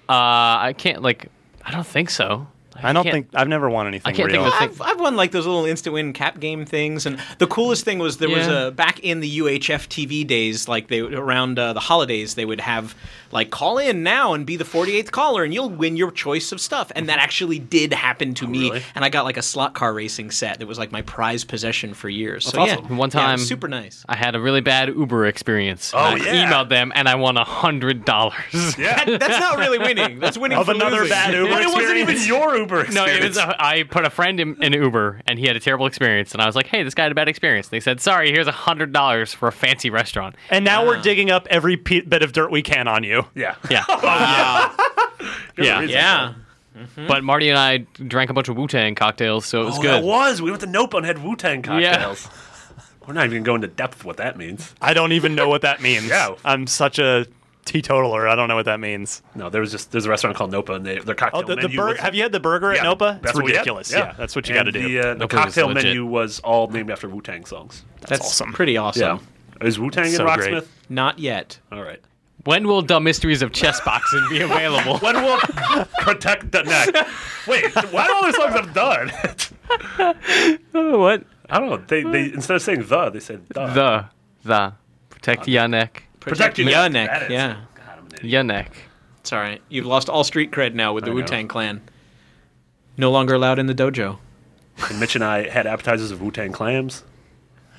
E: I can't like. I don't think so.
D: I don't
E: can't-
D: think I've never won anything
E: I can't
D: real.
E: think of a
F: I've, I've won like those little instant win cap game things, and the coolest thing was there was
E: Yeah.
F: a back in the UHF TV days, like they around uh, the holidays, they would have like call in now and be the 48th caller, and you'll win your choice of stuff, and that actually did happen to me,
G: really?
F: and I got like a slot car racing set that was like my prize possession for years. so yeah,
E: awesome. One
F: yeah, it was
E: time-
F: super nice.
E: I had a really bad Uber experience.
G: Oh,
E: I
G: yeah.
E: emailed them and I won a hundred dollars.
G: Yeah.
F: That's not really winning. That's winning
D: Of
F: for
D: another
F: losing.
D: bad Uber
G: But it wasn't
D: experience.
G: even your Uber
E: No,
G: experience.
E: it was. A, I put a friend in, in Uber, and he had a terrible experience. And I was like, "Hey, this guy had a bad experience." And they said, "Sorry, here's a hundred dollars for a fancy restaurant."
D: and now we're digging up every pe- bit of dirt we can on you.
G: yeah.
E: Yeah, yeah,
F: Yeah.
E: But Marty and I drank a bunch of Wu Tang cocktails, so it was
G: Oh,
E: good.
G: that was. We went to Nope and had Wu Tang
E: Yeah.
G: cocktails. We're not even going to depth what that means.
D: I don't even know what that means.
G: Yeah.
D: I'm such a teetotaler. I don't know what that means.
G: No, there was just there's a restaurant called Nopa and they, their cocktail
D: Oh, the, the
G: menu.
D: bur-
G: was-
D: have you had the burger
G: Yeah,
D: at Nopa?
G: That's
D: it's
G: what we had.
D: ridiculous. Yeah. that's what you got
G: And
D: to do.
G: The, uh, the
E: Nopa was
G: cocktail
E: legit.
G: menu was all named after Wu Tang songs.
F: That's
D: awesome.
F: pretty awesome.
G: Yeah, is Wu Tang and
D: So
G: Rocksmith?
D: great.
F: Not yet.
G: All right.
E: When will Dumb Mysteries of Chess Boxing be available?
G: When will protect the neck? Wait, why do all their songs have done?
E: what
G: I don't know. They, they instead of saying the, they said the.
E: the the protect your neck,
G: Protect your
F: your
G: neck. That
F: neck.
G: is-
F: Yeah.
G: God, I'm an idiot.
E: your neck.
F: It's all right. You've lost all street cred now with the Wu
G: know.
F: Tang Clan. No longer allowed in the dojo.
G: And Mitch and I had appetizers of Wu Tang clams.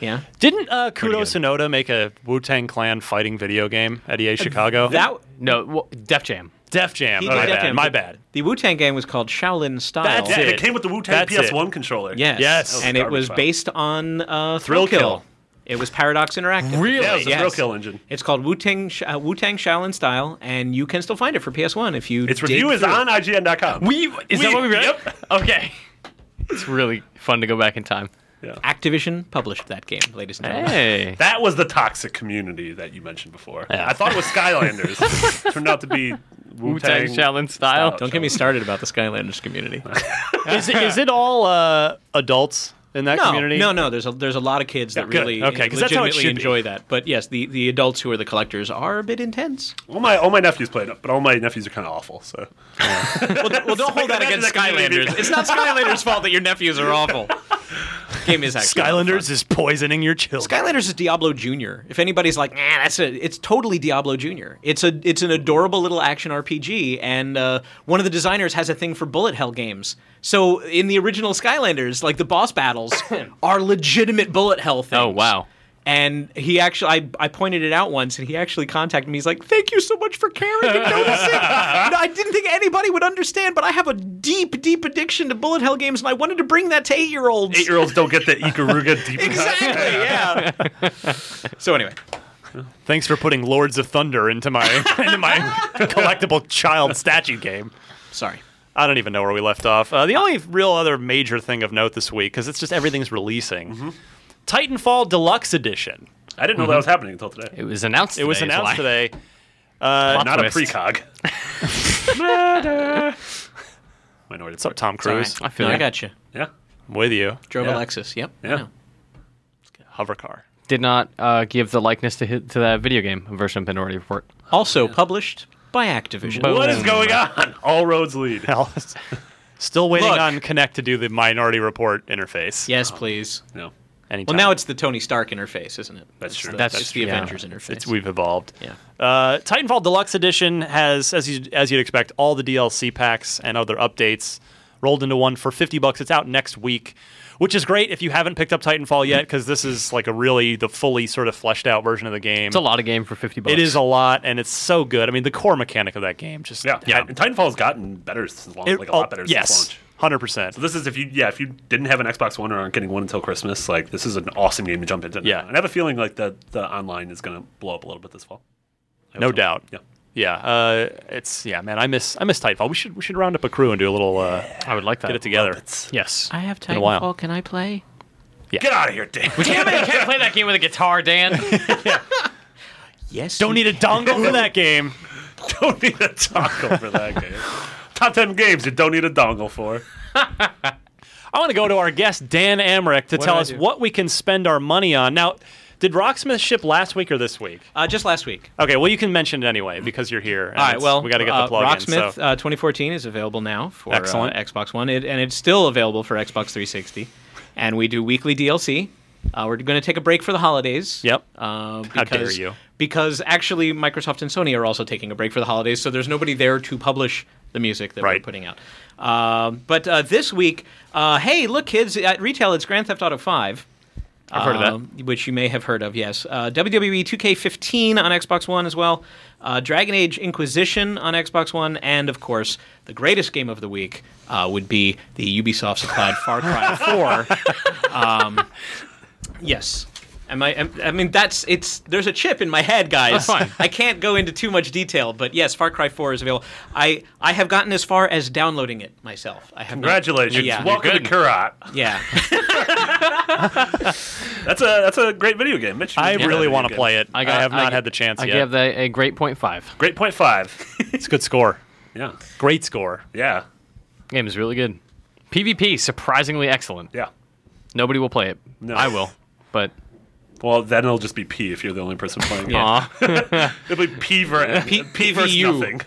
F: Yeah.
D: Didn't uh, Kudo Sonoda make a Wu Tang Clan fighting video game at EA Chicago?
F: That
E: No, well, Def Jam.
D: Def Jam.
F: he
D: My
F: did that
D: bad.
F: to him.
D: My bad.
F: The Wu Tang game was called Shaolin Style.
D: That's
G: Yeah,
D: it.
G: and it came with the Wu Tang
D: That's
G: PS1 controller.
F: Yes.
D: Yes. That
G: was
F: And it
G: garbage
F: was
G: file.
F: based on
G: Thrill
F: uh, Thrill,
G: Kill.
F: Kill. It was Paradox Interactive.
E: Really?
G: Yeah, it was a
F: Yes.
G: thrill kill engine.
F: It's called Wu Tang Sh- uh, Wu Tang Shaolin Style, and you can still find it for PS1 if you.
G: Its
F: dig
G: review is
F: through.
G: on IGN.com.
E: We is that
G: We-
E: what we read?
G: yep.
E: Okay, it's really fun to go back in time.
F: Activision published that game, ladies and gentlemen.
E: Hey,
G: that was the toxic community that you mentioned before. I thought it was Skylanders. Turned out to be Wu
E: Wu-Tang
G: Tang
E: Shaolin style.
F: Don't get me started about the Skylanders community.
D: is, it, is it all uh, adults in that
F: no,
D: community?
F: No, no, there's a, there's a lot of kids that
D: good.
F: really
D: Okay, 'cause that's how it
F: legitimately
D: should be.
F: enjoy that. But yes, the, the adults who are the collectors are a bit intense.
G: All my all my nephews played it, but all my nephews are kind of awful. So
F: Well, well don't hold that
G: imagine
F: against
G: that community.
F: Skylanders. It's not Skylanders' fault that your nephews are awful. Game is actually
D: Skylanders is poisoning your children.
F: Skylanders is Diablo Junior. If anybody's like, nah, that's a, it's totally Diablo Junior. It's a, it's an adorable little action RPG, and uh, one of the designers has a thing for bullet hell games. So in the original Skylanders, like the boss battles are legitimate bullet hell things.
E: Oh wow.
F: And he actually, I, I pointed it out once, and he actually contacted me. He's like, "Thank you so much for caring and noticing. No, I didn't think anybody would understand, but I have a deep, deep addiction to bullet hell games, and I wanted to bring that to eight-year-olds.
G: eight year olds don't get the Ikaruga deep
F: exactly, yeah. so anyway,
D: Thanks for putting Lords of Thunder into my into my collectible child statue game.
F: sorry.
D: I don't even know where we left off. Uh, the only real other major thing of note this week, because it's just everything's releasing, Titanfall Deluxe Edition.
G: I didn't know that was happening until today.
E: It was announced.
D: It was
E: today is
D: announced
E: why.
D: today.
E: Plot
G: Not a
E: twist.
G: precog. Minority.
D: What's up, Tom Cruise?
F: Sorry.
E: I feel
F: no, I
E: ya.
F: got you.
G: Yeah.
D: I'm with you.
F: Drove
G: Yeah.
F: a Lexus. Yep. I
G: Yeah.
F: know.
D: Hover car.
E: did not uh, give the likeness to his, to that video game version of Minority Report.
F: Also published by Activision.
E: Boom.
G: What is going on? All roads lead.
D: Still waiting
F: Look.
D: on Connect to do the Minority Report interface.
F: Yes, please.
G: No.
F: Well, now it's the Tony Stark interface, isn't it?
G: That's
F: It's
G: true.
F: the-
E: That's
F: it's the
E: true, yeah.
F: Avengers interface.
D: It's we've evolved.
F: Yeah.
D: Uh, Titanfall Deluxe Edition has, as you as you'd expect, all the DLC packs and other updates rolled into one for fifty bucks. It's out next week, which is great if you haven't picked up Titanfall yet, because this is like a really the fully sort of fleshed out version of the game.
E: It's a lot of game for fifty bucks.
D: It is a lot, and it's so good. I mean, the core mechanic of that game just
G: Yeah. And Titanfall's gotten better since launch,
D: It-
G: like a lot
D: oh,
G: better since
D: yes,
G: launch.
D: hundred percent.
G: So this is if you yeah if you didn't have an Xbox One or aren't getting one until Christmas, like this is an awesome game to jump into. now.
D: Yeah.
G: and I have a feeling like the the online is going to blow up a little bit this fall. I hope
D: No
G: so.
D: doubt.
G: Yeah.
D: Yeah, uh, it's yeah, man. I miss I miss Titanfall. We should we should round up a crew and do a little uh,
E: I would like that.
D: get it together.
E: Yes.
F: I have
D: a while.
F: Titanfall. Can I play?
G: Get out of here, Dave.
E: Damn it! I can't play that game with a guitar, Dan.
F: Yes.
D: Don't need a dongle for that game.
G: don't need a dongle for that game. Top ten games you don't need a dongle for.
D: I want to go to our guest Dan Amrick to tell
E: I
D: us
E: do?
D: what we can spend our money on. Now, did Rocksmith ship last week or this week?
F: Uh, just last week.
D: Okay, well you can mention it anyway because you're here. and
F: All right.
D: it's-
F: Well,
D: we got to get
F: uh,
D: the plug
F: Rocksmith
D: in. So.
F: uh, 2014 is available now for uh,
D: Excellent.
F: Xbox One, it, and it's still available for Xbox 360. And we do weekly DLC. Uh, we're going to take a break for the holidays.
D: Yep.
F: Uh, because,
D: How dare you.
F: Because actually, Microsoft and Sony are also taking a break for the holidays, so there's nobody there to publish the music that
D: Right.
F: we're putting out. Um, but uh, this week, uh, hey, look, kids! At retail, it's Grand Theft Auto 5.
E: I've heard of that.
F: Um, which you may have heard of, yes. Uh, WWE 2K15 on Xbox One as well. Uh, Dragon Age Inquisition on Xbox One, and of course, the greatest game of the week uh, would be the Ubisoft supplied Far Cry 4. um, yes. Am I, am- I mean, that's it's. There's a chip in my head,
E: That's
F: guys.
E: fine.
F: I can't go into too much detail, but yes, Far Cry 4 is available. I I have gotten as far as downloading it myself. I have not-
G: Congratulations,
F: Yeah.
G: welcome to
E: You're good.
G: Kurat.
F: yeah.
G: That's a that's a great video game, Mitch.
D: I
G: Yeah.
D: really want to
G: Video
D: play
G: game.
D: it. I, have not had the chance
E: I
D: yet.
E: give that a great point five.
G: Great point five.
D: it's a good score.
G: yeah,
D: Great score.
G: yeah,
E: Game is really good. PvP surprisingly excellent.
G: yeah.
E: Nobody will play it.
G: No.
E: I will, but
G: Well, then it'll just be P if you're the only person playing. it.
E: aw.
G: It'll be P versus P, P versus
F: PVU.
G: nothing.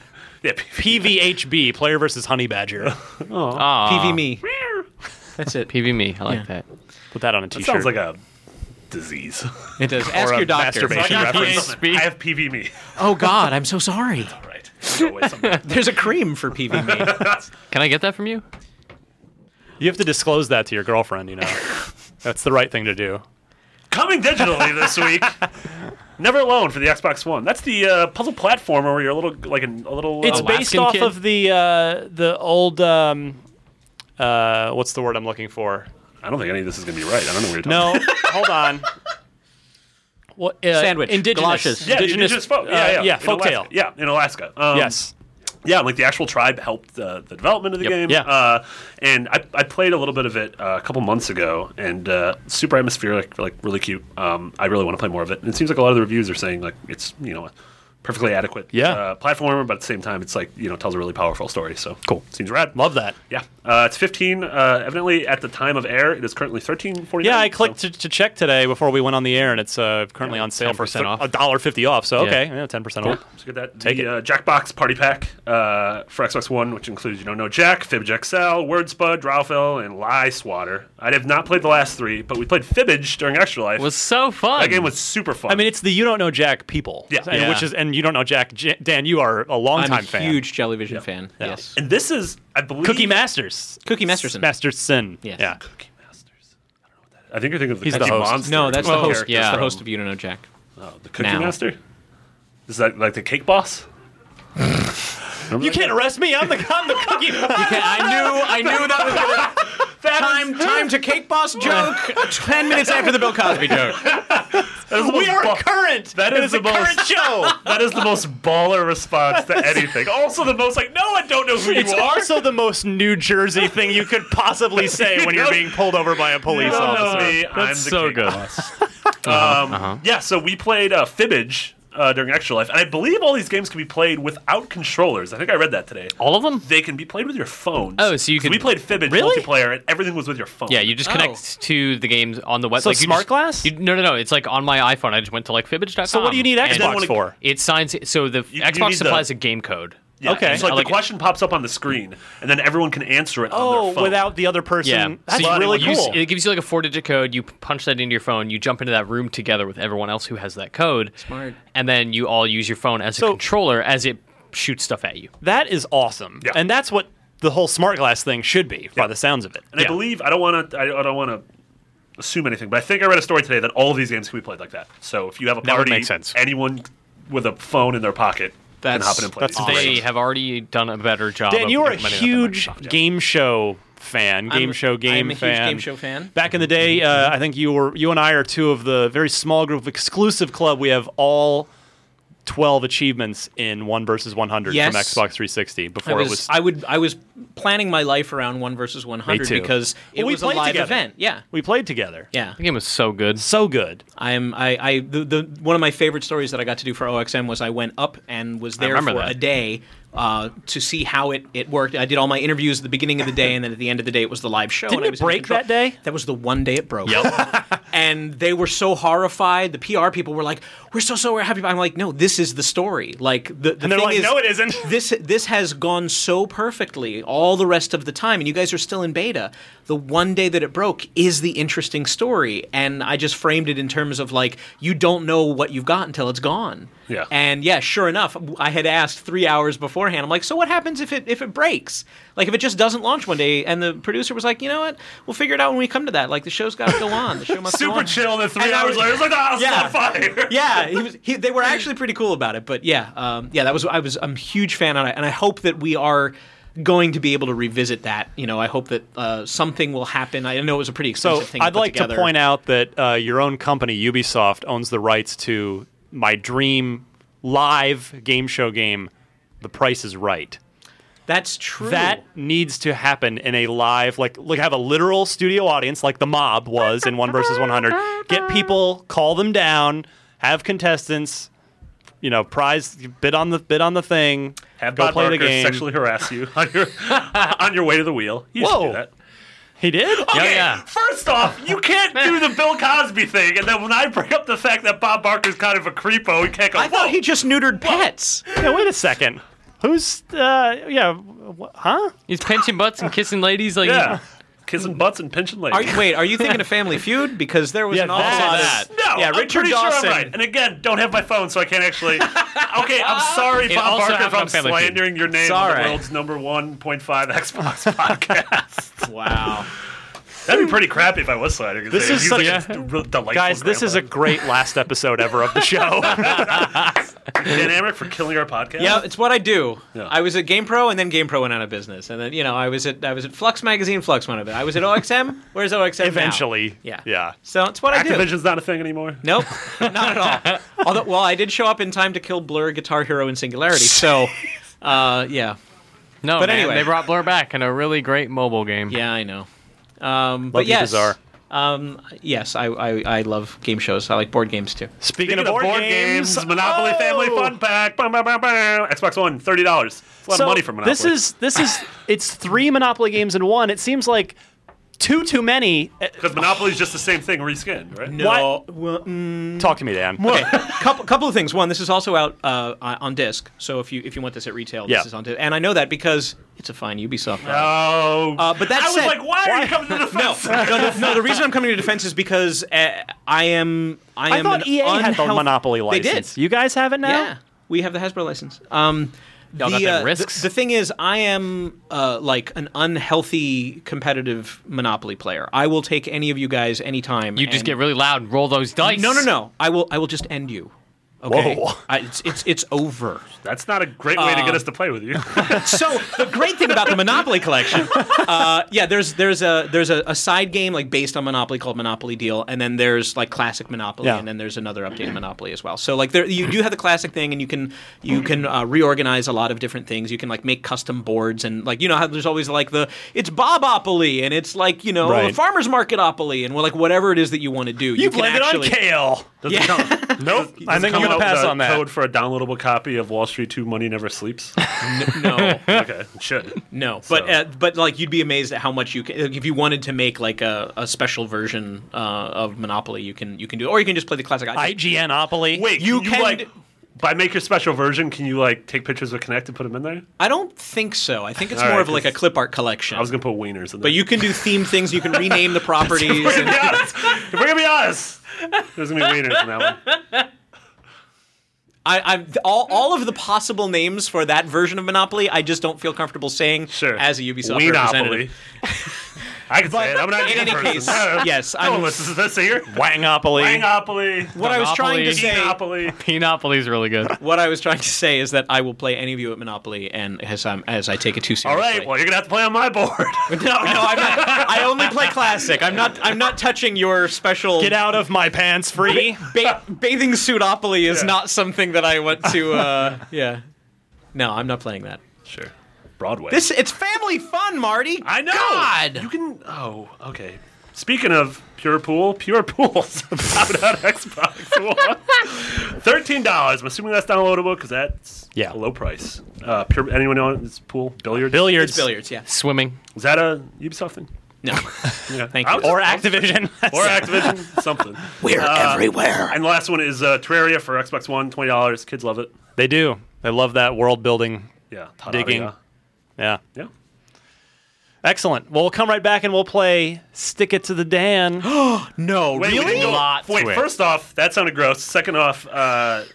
G: Yeah, P,
D: PVHB, player versus honey badger.
F: PV me.
D: Ah.
E: That's it. PV me. I like that.
D: Put that on a t-shirt.
G: sounds like a disease.
F: It does. Ask
D: a
F: your doctor.
D: masturbation reference.
G: I have PV me.
F: Oh God, I'm so sorry.
G: All right. Go away someday.
F: There's a cream for PVB.
E: Can I get that from you?
D: You have to disclose that to your girlfriend. You know, that's the right thing to do.
G: Coming digitally this week. Never Alone for the Xbox One. That's the uh, puzzle platformer where you're a little like an, a little.
D: It's
G: uh,
D: based
E: Alaskan
D: off
E: kid?
D: of the uh, the old um, uh, what's the word I'm looking for?
G: uh, I don't think any of this is gonna be right. I don't know what you're talking. about.
D: No, hold on. What uh,
F: Sandwich,
D: Indigenous,
F: galoshes.
G: Yeah, the
D: indigenous,
G: indigenous folk. Yeah, yeah,
D: uh, yeah,
G: In Alaska.
D: folktale.
G: Yeah, in Alaska. Um,
D: Yes,
G: yeah, like the actual tribe helped uh, the development of the
E: Yep.
G: game.
D: Yeah.
G: Uh, and I, I played a little bit of it uh, a couple months ago, and uh, super atmospheric, like really cute. Um, I really want to play more of it. And it seems like a lot of the reviews are saying like it's you know a perfectly adequate
D: Yeah.
G: uh, platformer, but at the same time it's like you know tells a really powerful story. So
D: Cool.
G: seems rad.
D: love that.
G: Yeah, uh, it's 15. Uh, evidently, at the time of air, it is currently 13.49.
D: Yeah, I clicked to, to check today before we went on the air, and it's uh, currently on sale for
E: 10% off.
D: a dollar fifty off. So
E: Yeah.
D: okay, yeah, ten percent off.
G: So get that.
D: Take
G: the,
D: it.
G: Uh, Jackbox Party Pack uh, for Xbox One, which includes You Don't Know Jack, Fibbage XL, Wordspud, Drowfell, and Lie Swatter. I have not played the last three, but we played Fibbage during Extra Life.
E: It was so fun.
G: that game was super fun.
D: I mean, it's the you don't know Jack people.
G: Yeah.
D: And,
G: Yeah.
D: which is and you don't know Jack. J- Dan, you are a long
F: I'm a
D: time fan.
F: huge Jellyvision fan. Yes.
G: and this is, I believe,
D: Cookie Masters.
F: Cookie Masterson.
D: Masterson.
F: Yes.
D: Yeah.
G: Cookie Masters. I don't know what that is. I think you're thinking of the
D: He's the
G: Cookie
D: host.
G: Monster.
F: no, that's the
G: Well,
F: host.
G: character
E: yeah.
F: That's the
G: from-
F: host of You Don't Know Jack.
G: Oh, the Cookie
F: Now.
G: Master. Is that like the Cake Boss?
D: You can't arrest me. I'm the, I'm the cookie.
F: I knew. I knew that was gonna. time, time to cake boss joke. Ten minutes after the Bill Cosby joke.
D: we are current.
G: That
D: It
G: is
D: a
G: the most-
D: current show.
G: That is the most baller response to anything. Also, the most like, no, I don't know who you
D: It's
G: are.
D: also the most New Jersey thing you could possibly say when you're being pulled over by a police
G: don't know
D: officer.
G: me. I'm the
E: That's so
G: Cake
E: good.
G: Boss. Um, Yeah, so we played uh, Fibbage uh, during Extra Life, and I believe all these games can be played without controllers. I think I read that today.
E: All of them?
G: They can be played with your phones.
E: Oh, so you
G: 'Cause
E: could-
G: we played Fibbage
E: Really?
G: multiplayer, and everything was with your phone.
E: Yeah, you just connect to the games on the web.
D: Oh. So
E: like you
D: smart
E: just-
D: glass?
E: you- no, no, no. It's like on my iPhone. I just went to like fibbage.com.
D: So what do you need
E: and
D: Xbox
G: wanna-
D: for?
E: It signs. So the
G: you need
E: Xbox
G: the-
E: supplies a game code.
G: Yeah,
D: Okay.
G: It's like
E: I
G: the
E: like it.
G: question pops up on the screen, and then everyone can answer it. on their
D: Oh,
G: phone.
D: without the other person.
E: Yeah,
D: That's
E: so you-
D: really
E: you-
D: cool.
E: it gives you like a four-digit code. You p- punch that into your phone. You jump into that room together with everyone else who has that code.
F: Smart.
E: And then you all use your phone as a
D: So-
E: controller as it shoots stuff at you.
D: that is awesome.
G: Yeah.
D: And that's what the whole smart glass thing should be, by the sounds of it.
G: And I believe I don't want to. I, I don't want to assume anything, but I think I read a story today that all of these games can be played like that. So if you have a
E: That would
G: party,
E: make sense.
G: anyone with a phone in their pocket
F: That's-
G: can hop in and play.
D: that's
G: these
D: awesome.
G: games.
E: They have already done a better job.
D: Dan,
E: of
D: you were a
E: implementing that than
D: huge
E: Microsoft did.
D: game show fan. Game
F: I'm-
D: show game
F: I'm a huge
D: fan.
F: game show fan.
D: Back in the day, uh, I think you were you and I are two of the very small group of exclusive club. We have all. 12 achievements in 1 versus 100
F: Yes.
D: from Xbox 360 before
F: I was,
D: it was
F: I would I was planning my life around one versus one hundred
D: too.
F: because it
D: Well, we
F: was a
D: played
F: live
D: together.
F: event. Yeah,
D: we played together.
F: yeah.
E: The game was so good.
D: So good.
F: I'm I, I the, the one of my favorite stories that I got to do for OXM was I went up and was there for
E: remember that.
F: a day uh, to see how it, it worked. I did all my interviews at the beginning of the day and then at the end of the day it was the live show.
D: Didn't
F: and I
D: it
F: was in
D: break
F: control.
D: that day?
F: That was the one day it broke. Yep. and they were so horrified. The PR people were like, "We're so so happy." I'm like, "No, this is the story." Like the, the
D: they're
F: thing
D: like,
F: is,
D: "No, it isn't."
F: This this has gone so perfectly all the rest of the time, and you guys are still in beta. The one day that it broke is the interesting story, and I just framed it in terms of like you don't know what you've got until it's gone.
G: Yeah.
F: And yeah, sure enough, I had asked three hours beforehand. I'm like, so what happens if it if it breaks? Like if it just doesn't launch one day? And the producer was like, you know what? We'll figure it out when we come to that. Like the show's got to go on. The show must go
G: Super
F: on.
G: chill, and then three
F: And I
G: hours
F: was-
G: later, it's like, oh, it's
F: Yeah.
G: on fire.
F: yeah, he was. He, they were actually pretty cool about it. But yeah, um, yeah, that was. I was. I'm a huge fan, and I, and I hope that we are going to be able to revisit that. You know, I hope that uh, something will happen. I know it was a pretty
D: So
F: expensive thing.
D: I'd
F: to put
D: like
F: together.
D: to point out that uh, your own company, Ubisoft, owns the rights to my dream live game show game, The Price is Right.
F: that's true.
D: That needs to happen in a live, like, like have a literal studio audience, like the mob was in One versus One Hundred. Get people, call them down, have contestants, you know, prize bid on the bid on the thing.
G: Have
D: go
G: Bob
D: play
G: Barker
D: the game.
G: sexually harass you on your on your way to the wheel. You used to
D: Whoa.
G: do that.
D: He did.
G: Okay, First off, you can't do the Bill Cosby thing, and then when I bring up the fact that Bob Barker's kind of a creepo, we can't go.
F: I thought
G: "Whoa."
F: he just neutered pets.
D: Yeah, wait a second. Who's uh yeah, wh- huh?
E: He's pinching butts and kissing ladies. Like
G: yeah, kissing butts and pinching ladies.
F: Are you, wait, are you thinking of Family Feud? Because there was
D: Yeah,
F: an awful
D: that's-
F: lot of
G: No,
F: Yeah,
G: I'm
F: Richard
G: pretty
F: Dawson.
G: sure I'm right. And again, don't have my phone, so I can't actually. Okay, I'm sorry,
E: It
G: Bob
E: also
G: Barker, if
E: happened
G: I'm
E: on Family Feud.
G: slandering your name
F: It's
G: on the
F: alright.
G: world's number 1.5 Xbox podcast.
F: Wow.
G: That'd be pretty crappy if I was slandering. his
D: This
G: name.
D: is
G: He's
D: such-
G: like a real delightful
D: Guys, this is a great last episode ever of the show.
G: dynamic for killing our podcast.
F: Yeah, it's what I do.
G: Yeah.
F: I was at GamePro, and then GamePro went out of business, and then you know I was at I was at Flux Magazine, Flux went out of it. I was at OXM. Where's OXM? now?
D: Eventually.
F: Yeah.
D: Yeah.
F: So it's what I do.
G: Activision's not a thing anymore.
F: Nope, not at all. Although, well, I did show up in time to kill Blur, Guitar Hero, and Singularity. So, uh, yeah,
E: no,
F: But
E: man,
F: anyway.
E: they brought Blur back in a really great mobile game.
F: yeah, I know. Um,
D: Love
F: but
D: you,
F: yes,
D: Bizarre.
F: Um, yes, I, I I love game shows. I like board games too.
D: Speaking,
G: Speaking of board, games, Monopoly
D: oh!
G: Family Fun Pack, bam, bam, bam, bam. Xbox One, thirty dollars. It's a lot
D: So
G: of money for Monopoly.
D: This is this is it's three Monopoly games in one. It seems like too too many. Uh,
G: because Monopoly's just the same thing reskinned, right?
D: why- Talk to me, Dan.
F: couple couple of things. One, this is also out uh, on disc. So if you if you want this at retail,
D: Yeah.
F: this is on disc. And I know that because it's a fine Ubisoft. product.
G: Oh,
F: Uh, but that
G: I was
F: said-
G: like, why, are you coming to the
F: no,
G: defense?
F: no, the, no. The reason I'm coming to defense is because uh, I am. I,
D: I
F: am
D: thought
F: an
D: EA had the
F: unhealth-
D: Monopoly
F: They
D: license.
F: did.
D: You guys have it now?
F: Yeah, we have the Hasbro license. Um, the,
E: got them
F: uh,
E: risks.
F: The, the thing is, I am uh, like an unhealthy competitive Monopoly player. I will take any of you guys anytime.
E: You just
F: and-
E: get really loud and roll those dice.
F: no, no, no. I will. I will just end you. Okay,
D: Whoa.
F: I, it's it's it's over.
G: That's not a great way to get us to play with you.
F: So the great thing about the Monopoly collection, uh, yeah, there's there's a there's a, a side game like based on Monopoly called Monopoly Deal, and then there's like classic Monopoly,
D: Yeah.
F: and then there's another updated Monopoly as well. So like there you do have the classic thing, and you can you can uh, reorganize a lot of different things. You can like make custom boards, and like you know how there's always like the it's Bobopoly, and it's like you know
D: Right.
F: farmers marketopoly, and well, like whatever it is that you want to do. You,
D: You've
F: can
D: landed
F: actually
D: on kale.
G: Does it come? Nope.
D: I think
G: come
D: you're
E: gonna pass
G: the
E: on that.
G: Code for a downloadable copy of Wall Street Two: Money Never Sleeps.
F: no.
G: okay, it should.
F: No,
G: So-
F: but uh, but like you'd be amazed at how much you can. like, If you wanted to make like a, a special version uh, of Monopoly, you can you can do, it. or you can just play the classic. I just-
D: IGNopoly.
G: Wait,
F: You
G: you
F: can
G: can
F: d-
G: like by make your special version. Can you like take pictures with Connect and put them in there?
F: I don't think so. I think it's
G: All
F: more
G: right,
F: of like a
G: 'cause
F: clip art collection.
G: I was gonna put wieners in there.
F: but you can do theme things. You can rename the properties. and,
G: be honest. If we're gonna be honest, there's gonna be wieners in that one.
F: I, I'm all, all of the possible names for that version of Monopoly. I just don't feel comfortable saying
G: Sure.
F: as a Ubisoft
G: Wienopoly.
F: representative.
G: I can say it. I'm not
F: in any case, yes,
G: I'm. No
F: I'm-
G: one listens to this here.
D: Wangopoly.
G: Wangopoly.
F: What I was trying to
E: Monopoly.
F: say.
G: Wangopoly.
E: Pinopoly's really good.
F: What I was trying to say is that I will play any of you at Monopoly, and as I'm, as I take it too
G: All
F: seriously.
G: right. Well, you're gonna have to play on my board.
F: No, no, I'm not. I only play classic. I'm not. I'm not touching your special.
D: Get out of my pants, free.
F: Ba- bathing suitopoly is
G: Yeah.
F: not something that I want to. Uh, yeah. No, I'm not playing that.
G: sure. Broadway.
F: This it's family fun, Marty.
G: I know.
F: God.
G: You can. Oh, okay. Speaking of pure pool, pure pools out on Xbox One. Thirteen dollars. I'm assuming that's downloadable because that's
D: Yeah.
G: a low price. Uh, pure. Anyone know it's pool billiards?
F: It's
D: Billiards.
F: billiards. Yeah.
E: Swimming.
G: Is that a Ubisoft thing?
F: No.
G: Yeah.
F: Thank
G: I
F: you.
G: was-
D: Or Activision.
G: or Activision, something.
A: We're everywhere.
G: And the last one is uh, Terraria for Xbox One, twenty dollars. Kids love it.
D: they do. They love that world building.
G: Yeah, Tadaria.
D: Digging. Yeah.
G: Yeah,
D: Excellent. Well, we'll come right back and we'll play Stick It to the Dan.
F: No.
G: Wait, we
D: Really?
G: didn't go-
D: Lot
G: Wait,
D: to it.
G: first off, that sounded gross. Second off, uh, we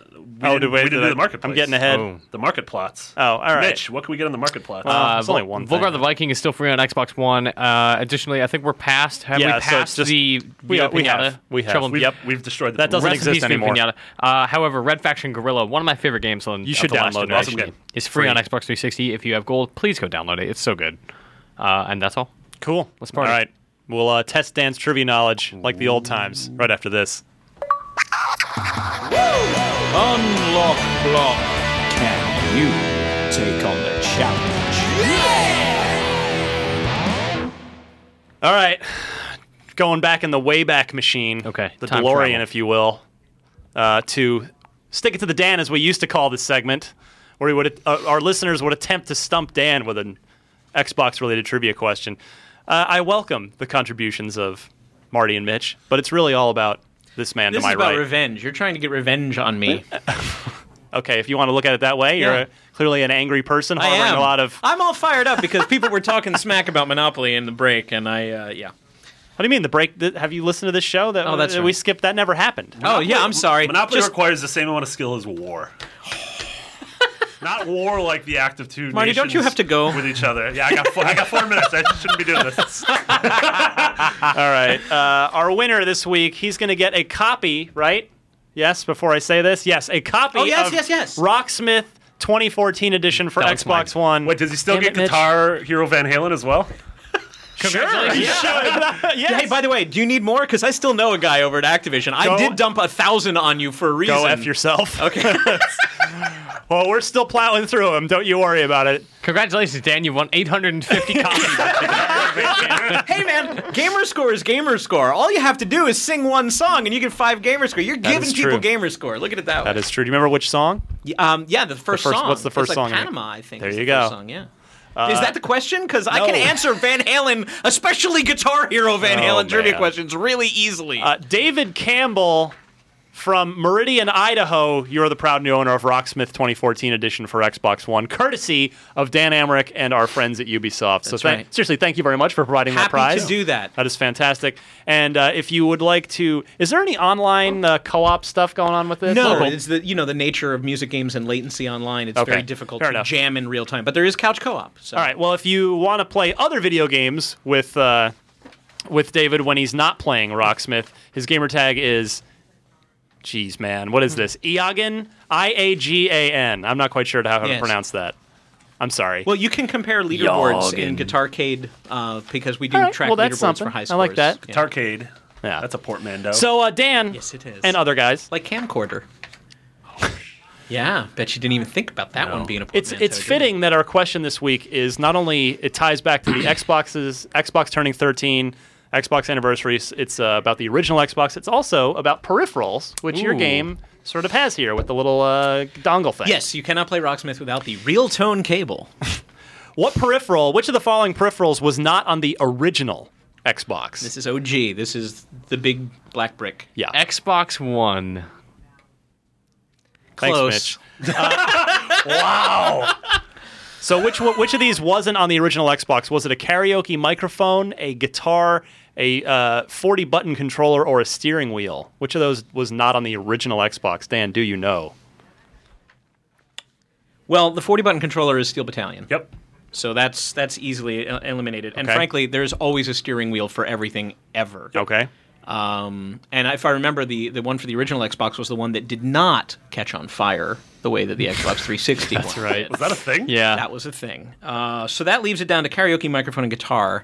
D: Oh,
G: didn't,
D: wait,
G: we didn't
D: did
G: do
D: I-
G: the marketplace.
D: I'm getting ahead.
E: Oh.
G: The market plots.
D: Oh, all right.
G: Mitch, what can we get on the market plots?
D: Uh, it's
E: Um, Vul-
D: only one thing.
E: Vulgar the Viking is still free on Xbox One. Uh, additionally, I think we're past. Have
D: Yeah, so
E: we
D: it's
E: passed
D: just-
E: the
D: we-
E: Via
D: we have.
E: Pinata?
D: We have.
E: Trouble-
G: we've,
D: yep.
G: we've destroyed the
D: That doesn't
G: pool.
E: Rest in
D: exist
E: peace, Via
D: anymore.
E: Pinata. Uh, however, Red Faction Gorilla, one of my favorite games on
D: You
E: of
D: should
E: the last
D: download it.
E: generation,
D: Awesome game.
E: is free,
D: Free.
E: on Xbox 360. If you have gold, please go download it. It's so good. Uh, and that's all.
D: Cool. Let's
E: party.
D: All right. We'll uh, test Dan's trivia knowledge like the old times right after this.
H: Unlock block. Can you take on the challenge?
D: All right. Going back in the Wayback Machine.
E: Okay,
D: The
E: time
D: DeLorean,
E: travel.
D: if you will, uh, to stick it to the Dan, as we used to call this segment, where we would uh, our listeners would attempt to stump Dan with an Xbox related trivia question. Uh, I welcome the contributions of Marty and Mitch, but it's really all about this man
F: This
D: to my
F: is about
D: right.
F: revenge. You're trying to get revenge on me.
D: okay, if you want to look at it that way, you're
F: Yeah.
D: uh clearly an angry person
F: I
D: harboring
F: am.
D: a lot of.
F: I'm all fired up because people were talking smack about Monopoly in the break, and I uh, yeah.
D: What do you mean the break? Th- have you listened to this show? That
F: Oh, that's
D: we
F: right.
D: skipped. That never happened.
F: Oh yeah. I'm sorry.
G: Monopoly
F: Just-
G: requires the same amount of skill as war. Not war like the act of two.
F: Marty, don't
G: nations
F: you have to go?
G: with each other? Yeah, I got four, I got four minutes. I shouldn't be doing this.
D: All right. Uh, our winner this week, he's going to get a copy, right? Yes, before I say this. Yes, a copy
F: Oh, yes,
D: of
F: yes, yes.
D: Rocksmith 2014 edition for
E: That was
D: Xbox One.
G: Wait, does he still
E: Damn
G: get
E: it, Mitch.
G: guitar hero Van Halen as well?
E: Congratulations.
D: yes.
F: Hey, by the way, do you need more? Because I still know a guy over at Activision. I
D: Go-
F: did dump a thousand on you for a reason.
D: Go F yourself. Okay. well, we're still plowing through them. Don't you worry about it.
E: Congratulations, Dan. You won 850 copies.
F: Hey man, gamer score is gamer score. All you have to do is sing one song and you get five gamer score. You're giving
D: is
F: people
D: true.
F: gamer score. Look at it that,
D: That is true. Do you remember which song?
F: way. Um, yeah, the first,
D: first-
F: song.
D: what's the first
F: it's
D: song in
F: like
D: it?
F: Panama, I think.
D: There
F: is
D: you
F: the first
D: go. Uh,
F: song, yeah. is that the question? Because I can
D: no. Oh,
F: answer Van Halen, especially Guitar Hero Van Halen trivia
D: man.
F: questions, really easily.
D: Uh, David Campbell from Meridian, Idaho. You're the proud new owner of Rocksmith 2014 edition for Xbox One, courtesy of Dan Amrick and our friends at Ubisoft. so,
F: That's
D: thank-
F: right.
D: seriously, thank you very much for providing that
F: Happy
D: prize.
F: to do that.
D: That is fantastic. And uh, if you would like to, is there any online uh, co-op stuff going on with this?
F: no,
D: Local.
F: it's the you know the nature of music games and latency online. It's
D: Okay,
F: very difficult
D: fair
F: to
D: enough.
F: jam in real time, but there is couch co-op. So.
D: All right. Well, if you want to play other video games with uh, with David when he's not playing Rocksmith, his gamer tag is. Jeez, man, what is
F: Hmm.
D: this? Iagan, I A G A N. I'm not quite sure how to
F: Yes.
D: pronounce that. I'm sorry.
F: Well, you can compare leaderboards in Guitarcade uh, because we do
D: All right,
F: track
D: well, that's
F: leaderboards
D: something.
F: for high
D: I
F: scores.
D: like that.
F: Yeah.
G: Tarcade.
D: Yeah.
G: That's a portmanteau.
D: so uh, Dan
F: Yes, it is.
D: and other guys.
F: like camcorder.
D: Oh,
F: yeah, bet you didn't even think about that one being a
D: It's
F: portmanteau,
D: it's
F: did you?
D: fitting that our question this week is not only it ties back to the Xboxes Xbox turning 13 Xbox Anniversary. S- It's uh, about the original Xbox. It's also about peripherals, which your game sort of has here with the little uh, dongle thing.
F: Yes, you cannot play Rocksmith without the real tone cable.
D: What peripheral? Which of the following peripherals was not on the original Xbox?
F: This is OG. This is the big black brick.
D: yeah.
E: Xbox One.
D: Thanks,
F: Close.
D: Mitch. Uh, wow. So which one- which of these wasn't on the original Xbox? Was it a karaoke microphone, a guitar, a uh, forty button controller, or a steering wheel? Which of those was not on the original Xbox? Dan, do you know?
F: Well, the 40 button controller is Steel Battalion.
G: Yep.
F: So that's that's easily el- eliminated. And
D: Okay.
F: frankly, there's always a steering wheel for everything ever.
D: Okay.
F: Um, and if I remember, the, the one for the original Xbox was the one that did not catch on fire the way that the Xbox 360 That's one.
E: Right.
G: Is that a thing?
E: yeah.
F: That was a thing. Uh, so that leaves it down to karaoke, microphone, and guitar.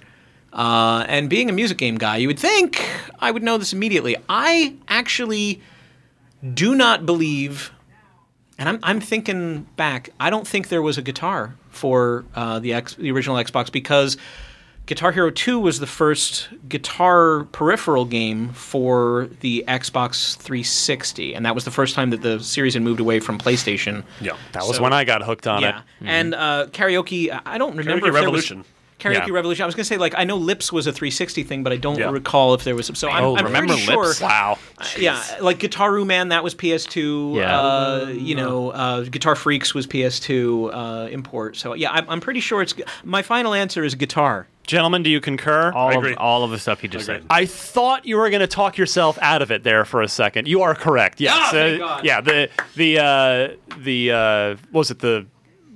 F: Uh, and being a music game guy, you would think I would know this immediately. I actually do not believe, and I'm, I'm thinking back, I don't think there was a guitar for uh, the, X, the original Xbox because Guitar Hero 2 was the first guitar peripheral game for the Xbox 360. And that was the first time that the series had moved away from PlayStation.
G: Yeah.
D: That was when I got hooked on
F: Yeah,
D: it.
F: and uh, karaoke. I- I don't remember.
G: Karaoke
F: if there
G: Revolution.
F: Was, karaoke
D: Yeah.
F: Revolution. I was gonna say like I know Lips was a 360 thing, but I don't
G: Yeah.
F: recall if there was. So I'm,
E: Oh,
F: I'm
E: remember
F: pretty
E: Lips?
F: Sure,
D: Wow.
F: Yeah, like Guitaru Man that was PS2.
E: Yeah.
F: Uh, you know, uh, Guitar Freaks was PS2 uh, import. So yeah, I'm, I'm pretty sure it's. gu- My final answer is guitar.
D: Gentlemen, do you concur?
E: all
G: agree.
E: of all of the stuff you just said.
D: I thought you were going to talk yourself out of it there for a second. You are correct. Yes.
F: Ah, thank
D: Uh,
F: God.
D: Yeah. The the uh, the uh, what was it the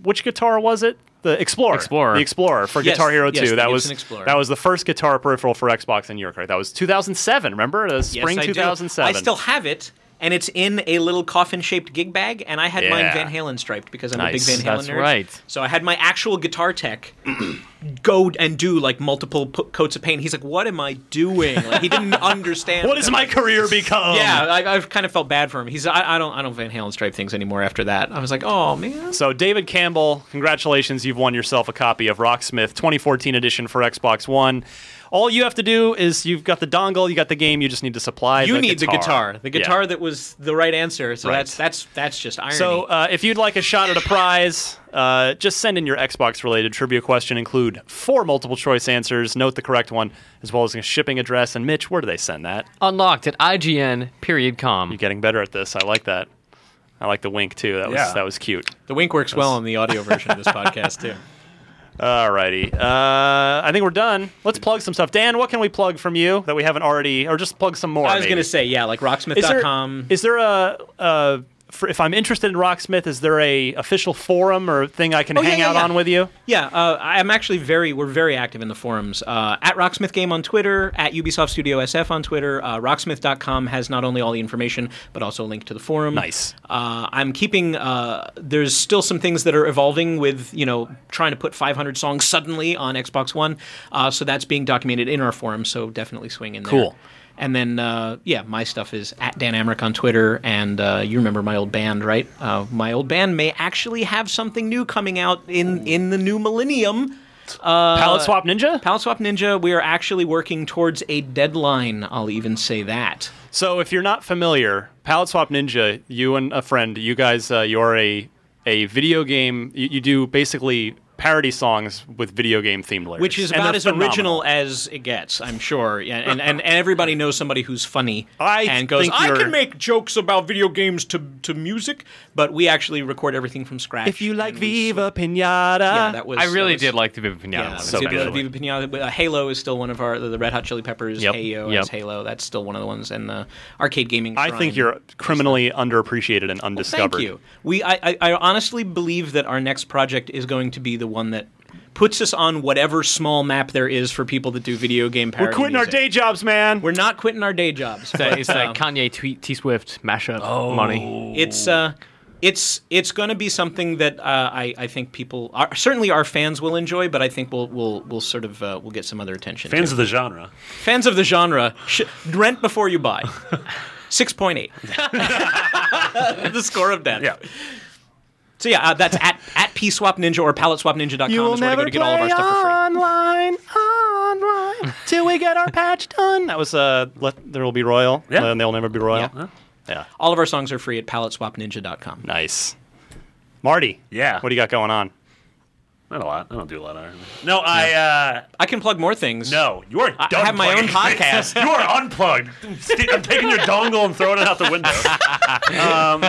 D: which guitar was it? The Explorer.
E: Explorer.
D: The Explorer for
F: Yes,
D: Guitar Hero
F: yes,
D: 2.
F: the
D: That
F: Gibson
D: was
F: Explorer.
D: that was the first guitar peripheral for Xbox and you're correct. That was 2007. Remember the
F: Yes,
D: spring
F: I do.
D: 2007.
F: I still have it. And it's in a little coffin-shaped gig bag, and I had mine
D: Yeah.
F: Van Halen striped because I'm
D: Nice.
F: a big Van Halen
E: That's
F: nerd.
E: right.
F: So I had my actual guitar tech go and do like multiple p- coats of paint. He's like, "What am I doing?" Like he didn't understand.
D: What has my career become?
F: Yeah, I, I've kind of felt bad for him. He's I, I don't I don't Van Halen stripe things anymore after that. I was like, "Oh man."
D: So, David Campbell, congratulations. You've won yourself a copy of Rocksmith 2014 edition for Xbox One. All you have to do is you've got the dongle, you got the game, you just need to supply
F: You
D: the
F: need
D: guitar.
F: the guitar, the
D: Yeah.
F: guitar that was the right answer. So
D: Right.
F: that's that's that's just irony.
D: So, uh, if you'd like a shot at a prize, uh, just send in your Xbox related trivia question. Include four multiple choice answers, note the correct one, as well as a shipping address. And, Mitch, where do they send that?
E: Unlocked at IGN period com.
D: You're getting better at this. I like that. I like the wink, too. That was,
G: Yeah.
D: that was cute.
F: the
D: uh,
F: wink works well on the audio version of this podcast too.
D: Alrighty. Uh, I think we're done. Let's plug some stuff. Dan, what can we plug from you that we haven't already, or just plug some more?
F: I was
D: maybe?
F: gonna say yeah, like
D: is there,
F: rocksmith.com.
D: is there a, a for, if I'm interested in Rocksmith, is there a official forum or thing I can
F: yeah,
D: hang
F: yeah,
D: out
F: yeah.
D: on with you?
F: Yeah, uh, I'm actually very. We're very active in the forums. Uh, at Rocksmith Game on Twitter, at Ubisoft Studio SF on Twitter. Uh, Rocksmith.com has not only all the information but also a link to the forum.
D: Nice.
F: Uh, I'm keeping. Uh, there's still some things that are evolving with you know trying to put 500 songs suddenly on Xbox One. Uh, so that's being documented in our forum. So definitely swing in.
D: Cool.
F: There. And then, uh, yeah, my stuff is at Dan Amrick on Twitter. And uh, you remember my old band, right? Uh, my old band may actually have something new coming out in, in the new millennium.
D: Palette Swap Ninja.
F: Palette Swap Ninja, we are actually working towards a deadline. I'll even say that.
D: So if you're not familiar, Palette Swap Ninja, you and a friend, you guys, uh, you're a a video game. You, you do basically parody songs with video game themed lyrics,
F: Which is
D: And
F: about
D: they're
F: as
D: phenomenal.
F: original as it gets, I'm sure. Yeah, and, and, and everybody knows somebody who's funny
D: I
F: and goes,
D: think
F: I
D: you're-
F: can make jokes about video games to, to music, but we actually record everything from scratch.
D: If you like
F: and we-
D: Viva Pinata,
F: Yeah, that was,
E: I
F: that
E: really
F: was-
E: did like the Viva Pinata
F: Yeah,
E: one.
D: so
F: Viva-
D: good.
F: Viva Pinata. but, uh, Halo is still one of our the, the Red Hot Chili Peppers.
E: Yep,
F: AO
E: yep.
F: as Halo. That's still one of the ones in the arcade gaming.
D: I
F: shrine.
D: think you're criminally underappreciated and
F: Thank
D: undiscovered.
F: you. We I, I, I honestly believe that our next project is going to be the one that puts us on whatever small map there is for people that do video game parody.
D: We're quitting our
F: music.
D: day jobs, man.
F: We're not quitting our day jobs.
E: It's that- it's
F: Um,
E: that uh, Kanye tweet T Swift mashup
D: Oh.
E: money.
F: it's uh, it's it's going to be something that uh, I I think people are, certainly our fans will enjoy, but I think we'll we'll we'll sort of uh, we'll get some other attention.
G: Fans of the genre.
F: Fans of the genre, sh- rent before you buy. 6.8. the score of death.
G: Yeah.
F: So yeah, uh, that's at, at pswapninja or paletteswapninja.com is where to go to get all of our stuff for free.
D: online, online. till we get our patch done. That was uh, let there will be royal,
G: Yeah.
D: and they'll never be royal.
F: Yeah.
D: yeah.
F: All of our songs are free at paletteswapninja.com.
D: Nice. Marty.
G: Yeah.
D: What do you got going on?
G: Not a lot. I don't do a lot of Iron Man. No, I. uh
F: I can plug more things.
G: No, you are.
F: I have my own
G: unplugging.
F: podcast.
G: you are unplugged. I'm taking your dongle and throwing it out the window. Um,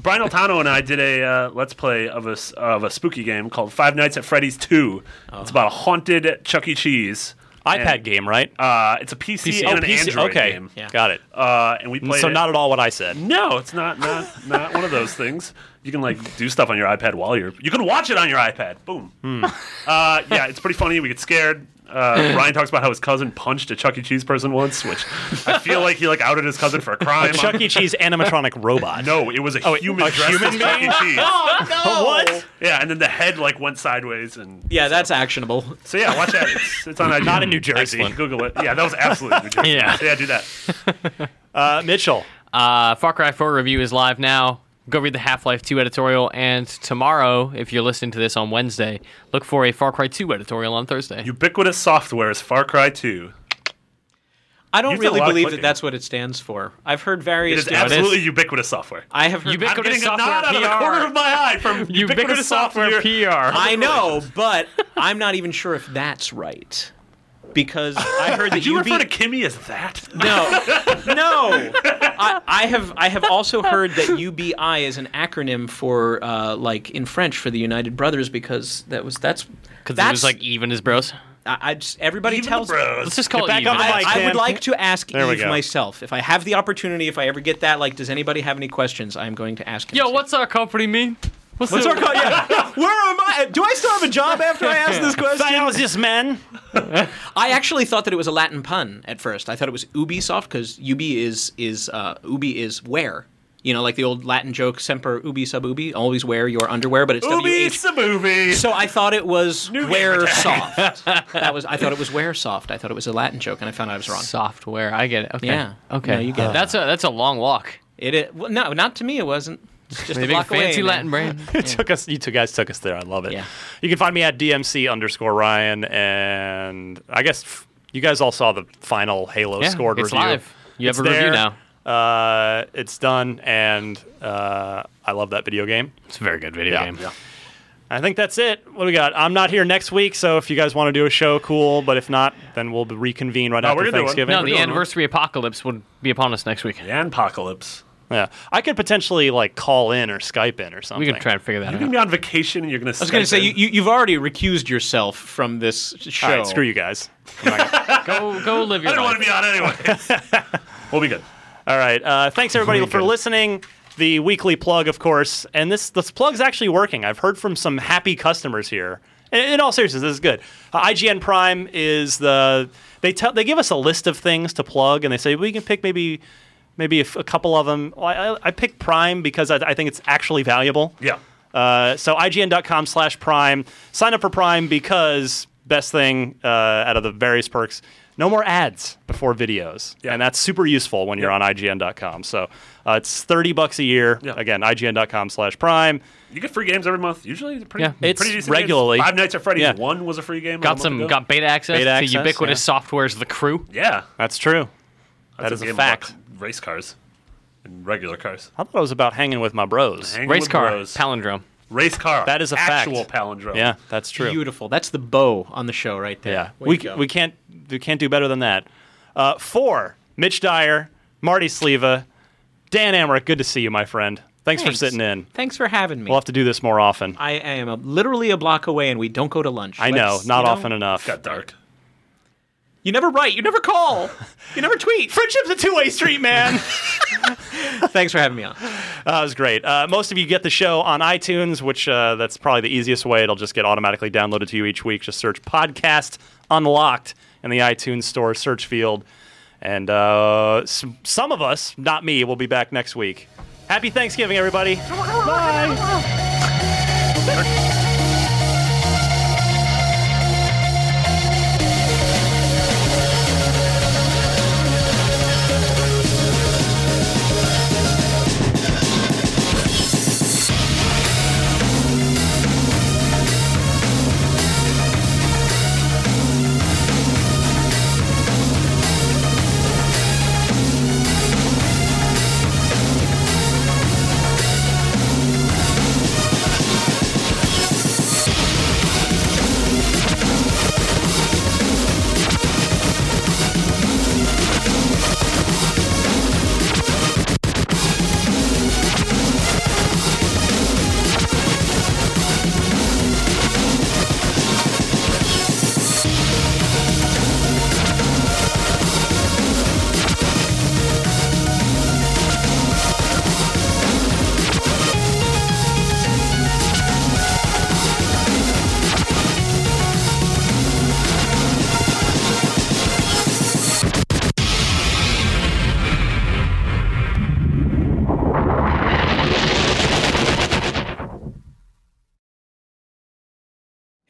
G: Brian Altano and I did a uh, let's play of a s- of a spooky game called Five Nights at Freddy's Two. It's about a haunted Chuck E. Cheese.
D: iPad
G: And,
D: game, right?
G: Uh, it's a PC,
D: PC
G: and an
D: PC
G: Android
D: okay,
G: game.
D: got it.
G: Uh, and we played
D: so
G: it.
D: not at all what I said.
G: No, it's not not not one of those things. You can like do stuff on your iPad while you're. You can watch it on your iPad. Boom.
D: Hmm.
G: Uh, yeah, it's pretty funny. We get scared. Uh, Ryan talks about how his cousin punched a Chuck E. Cheese person once, which I feel like he like outed his cousin for a crime.
D: Chuck E. Cheese animatronic robot.
G: No, it was a
D: wait,
G: human
D: a
G: dressed
D: human
G: as Chuck E.
D: being? Oh,
G: Cheese.
D: what?
G: Yeah, and then the head like went sideways and
F: Yeah, that's actionable.
G: so yeah, watch that. It's, it's on iTunes.
D: Not in New Jersey.
G: Excellent. Google it. Yeah, that was absolutely New Jersey.
E: Yeah.
G: so yeah, do that.
D: Uh, Mitchell.
E: Uh, Far Cry 4 review is live now. Go read the Half Life 2 editorial. And tomorrow, if you're listening to this on Wednesday, look for a Far Cry 2 editorial on Thursday.
G: Ubiquitous Software's Far Cry 2.
F: I don't
G: You've done a
F: really
G: lot of
F: believe that
G: clicking.
F: that's what it stands for. I've heard
G: It
F: various.
G: is
F: different-
G: absolutely ubiquitous software.
F: I have heard.
G: I'm
E: Ubiquitous
G: getting a nod out of the
E: PR.
G: corner of my eye from ubiquitous,
E: Ubiquitous Software PR.
F: I know, but I'm not even sure if that's right because I heard that
G: Did you
F: UB
G: refer to Kimmy as that?
F: No, no. I, I have I have also heard that UBI is an acronym for uh, like in French for the United Brothers because that was that's
E: Because it
F: that's
E: was like even as bros.
F: I, I just, everybody
G: Even
F: tells
G: the bros.
E: Let's just call
D: Get
E: it
D: back on
E: even.
D: the
F: I,
D: mic,
F: I would
D: Dan.
F: like to ask
D: There we
F: Eve
D: go.
F: myself if I have the opportunity if I ever get that like does anybody have any questions I'm going to ask him
E: Yo,
F: to.
E: what's our company mean?
F: what's our call? Yeah. where am I do I still have a job after I ask this question
D: Thousands, man.
F: I actually thought that it was a Latin pun at first. I thought it was Ubisoft because Ubi is is uh, Ubi is where. You know, like the old Latin joke, semper ubi sub ubi, always wear your underwear, but it's W H.
G: Ubi's the movie.
F: So I thought it was wear soft. That was I thought it was wear soft. I thought it was a Latin joke, and I found out I was wrong.
E: Software. I get it. Okay.
F: Yeah.
E: Okay.
F: No, you get it.
E: that's a that's a long walk.
F: It, it well, no, not to me. It wasn't. It's just a
E: Big
F: block away,
E: fancy
F: man.
E: Latin brain.
D: It took us. You two guys took us there. I love it.
F: Yeah.
D: You can find me at DMC underscore Ryan, and I guess f- you guys all saw the final Halo
E: Yeah,
D: scored
E: it's
D: review.
E: live. You have
D: It's
E: a review
D: there.
E: now.
D: Uh, it's done, and uh, I love that video game.
E: It's a very good video
D: Yeah.
E: game.
D: I think that's it. What do we got? I'm not here next week, so if you guys want to do a show, cool. But if not, then we'll reconvene right
G: we're
D: after
G: gonna do one.
D: Thanksgiving.
E: No,
G: We're
E: the
G: doing
E: anniversary apocalypse would be upon us next week.
G: And apocalypse.
D: yeah, I could potentially like call in or Skype in or something.
E: We could try and figure that
G: You're gonna
E: out.
G: be on vacation and you're gonna.
F: I was going to say you, you you've already recused yourself from this show.
D: All right, screw you guys. I'm not gonna-
E: Go go live your
G: I don't
E: life.
G: want to be on anyway. we'll be good.
D: All right. Uh, thanks everybody for
E: good.
D: listening. The weekly plug, of course, and this this plug's actually working. I've heard from some happy customers here. In, in all seriousness, this is good. Uh, IGN Prime is the they tell they give us a list of things to plug, and they say we can pick maybe maybe a, f- a couple of them. Well, I, I- I picked Prime because I, I think it's actually valuable.
G: Yeah.
D: Uh, so ign.com slash prime. Sign up for prime because best thing uh, out of the various perks, no more ads before videos.
G: Yeah.
D: And that's super useful when you're on ign.com. So uh, it's 30 bucks a year.
G: Yeah.
D: Again, ign.com slash prime.
G: You get free games every month. Usually, they're pretty,
E: Yeah.
G: pretty
D: It's
G: decent games.
D: regularly-
G: Five Nights at Freddy's
D: Yeah.
G: one was a free game.
E: Got
G: a month
E: some
G: ago.
E: got beta access
D: Beta
E: to
D: access,
E: ubiquitous software's The Crew.
G: Yeah,
D: That's true. That
G: That's
D: is a
G: game
D: fact.
G: about Race cars and regular cars.
D: I thought it was about hanging with my bros.
G: Hanging
E: Race
G: with
E: car
G: bros.
E: palindrome.
G: Race car.
D: That is a fact.
G: actual palindrome.
D: Yeah, that's true.
F: Beautiful. That's the bow on the show right there.
D: Yeah,
F: Way
D: we,
F: to go.
D: we can't we can't do better than that. Uh, four, Mitch Dyer, Marty Sleva, Dan Amrick. Good to see you, my friend. Thanks, for
F: Thanks.
D: sitting in.
F: Thanks for having me.
D: We'll have to do this more often. I,
F: I am a, literally a block away, and we don't go to lunch.
D: know,
F: Let's-
D: not
F: you know,
D: often enough.
G: Got dark.
F: You never write. You never call. you never tweet.
D: Friendship's a two-way street, man.
F: Thanks for having me on.
D: That was great. Uh, most of you get the show on iTunes, which uh, that's probably the easiest way. It'll just get automatically downloaded to you each week. Just search podcast unlocked in the iTunes store search field. And uh, s- some of us, not me, will be back next week. Happy Thanksgiving, everybody. Bye.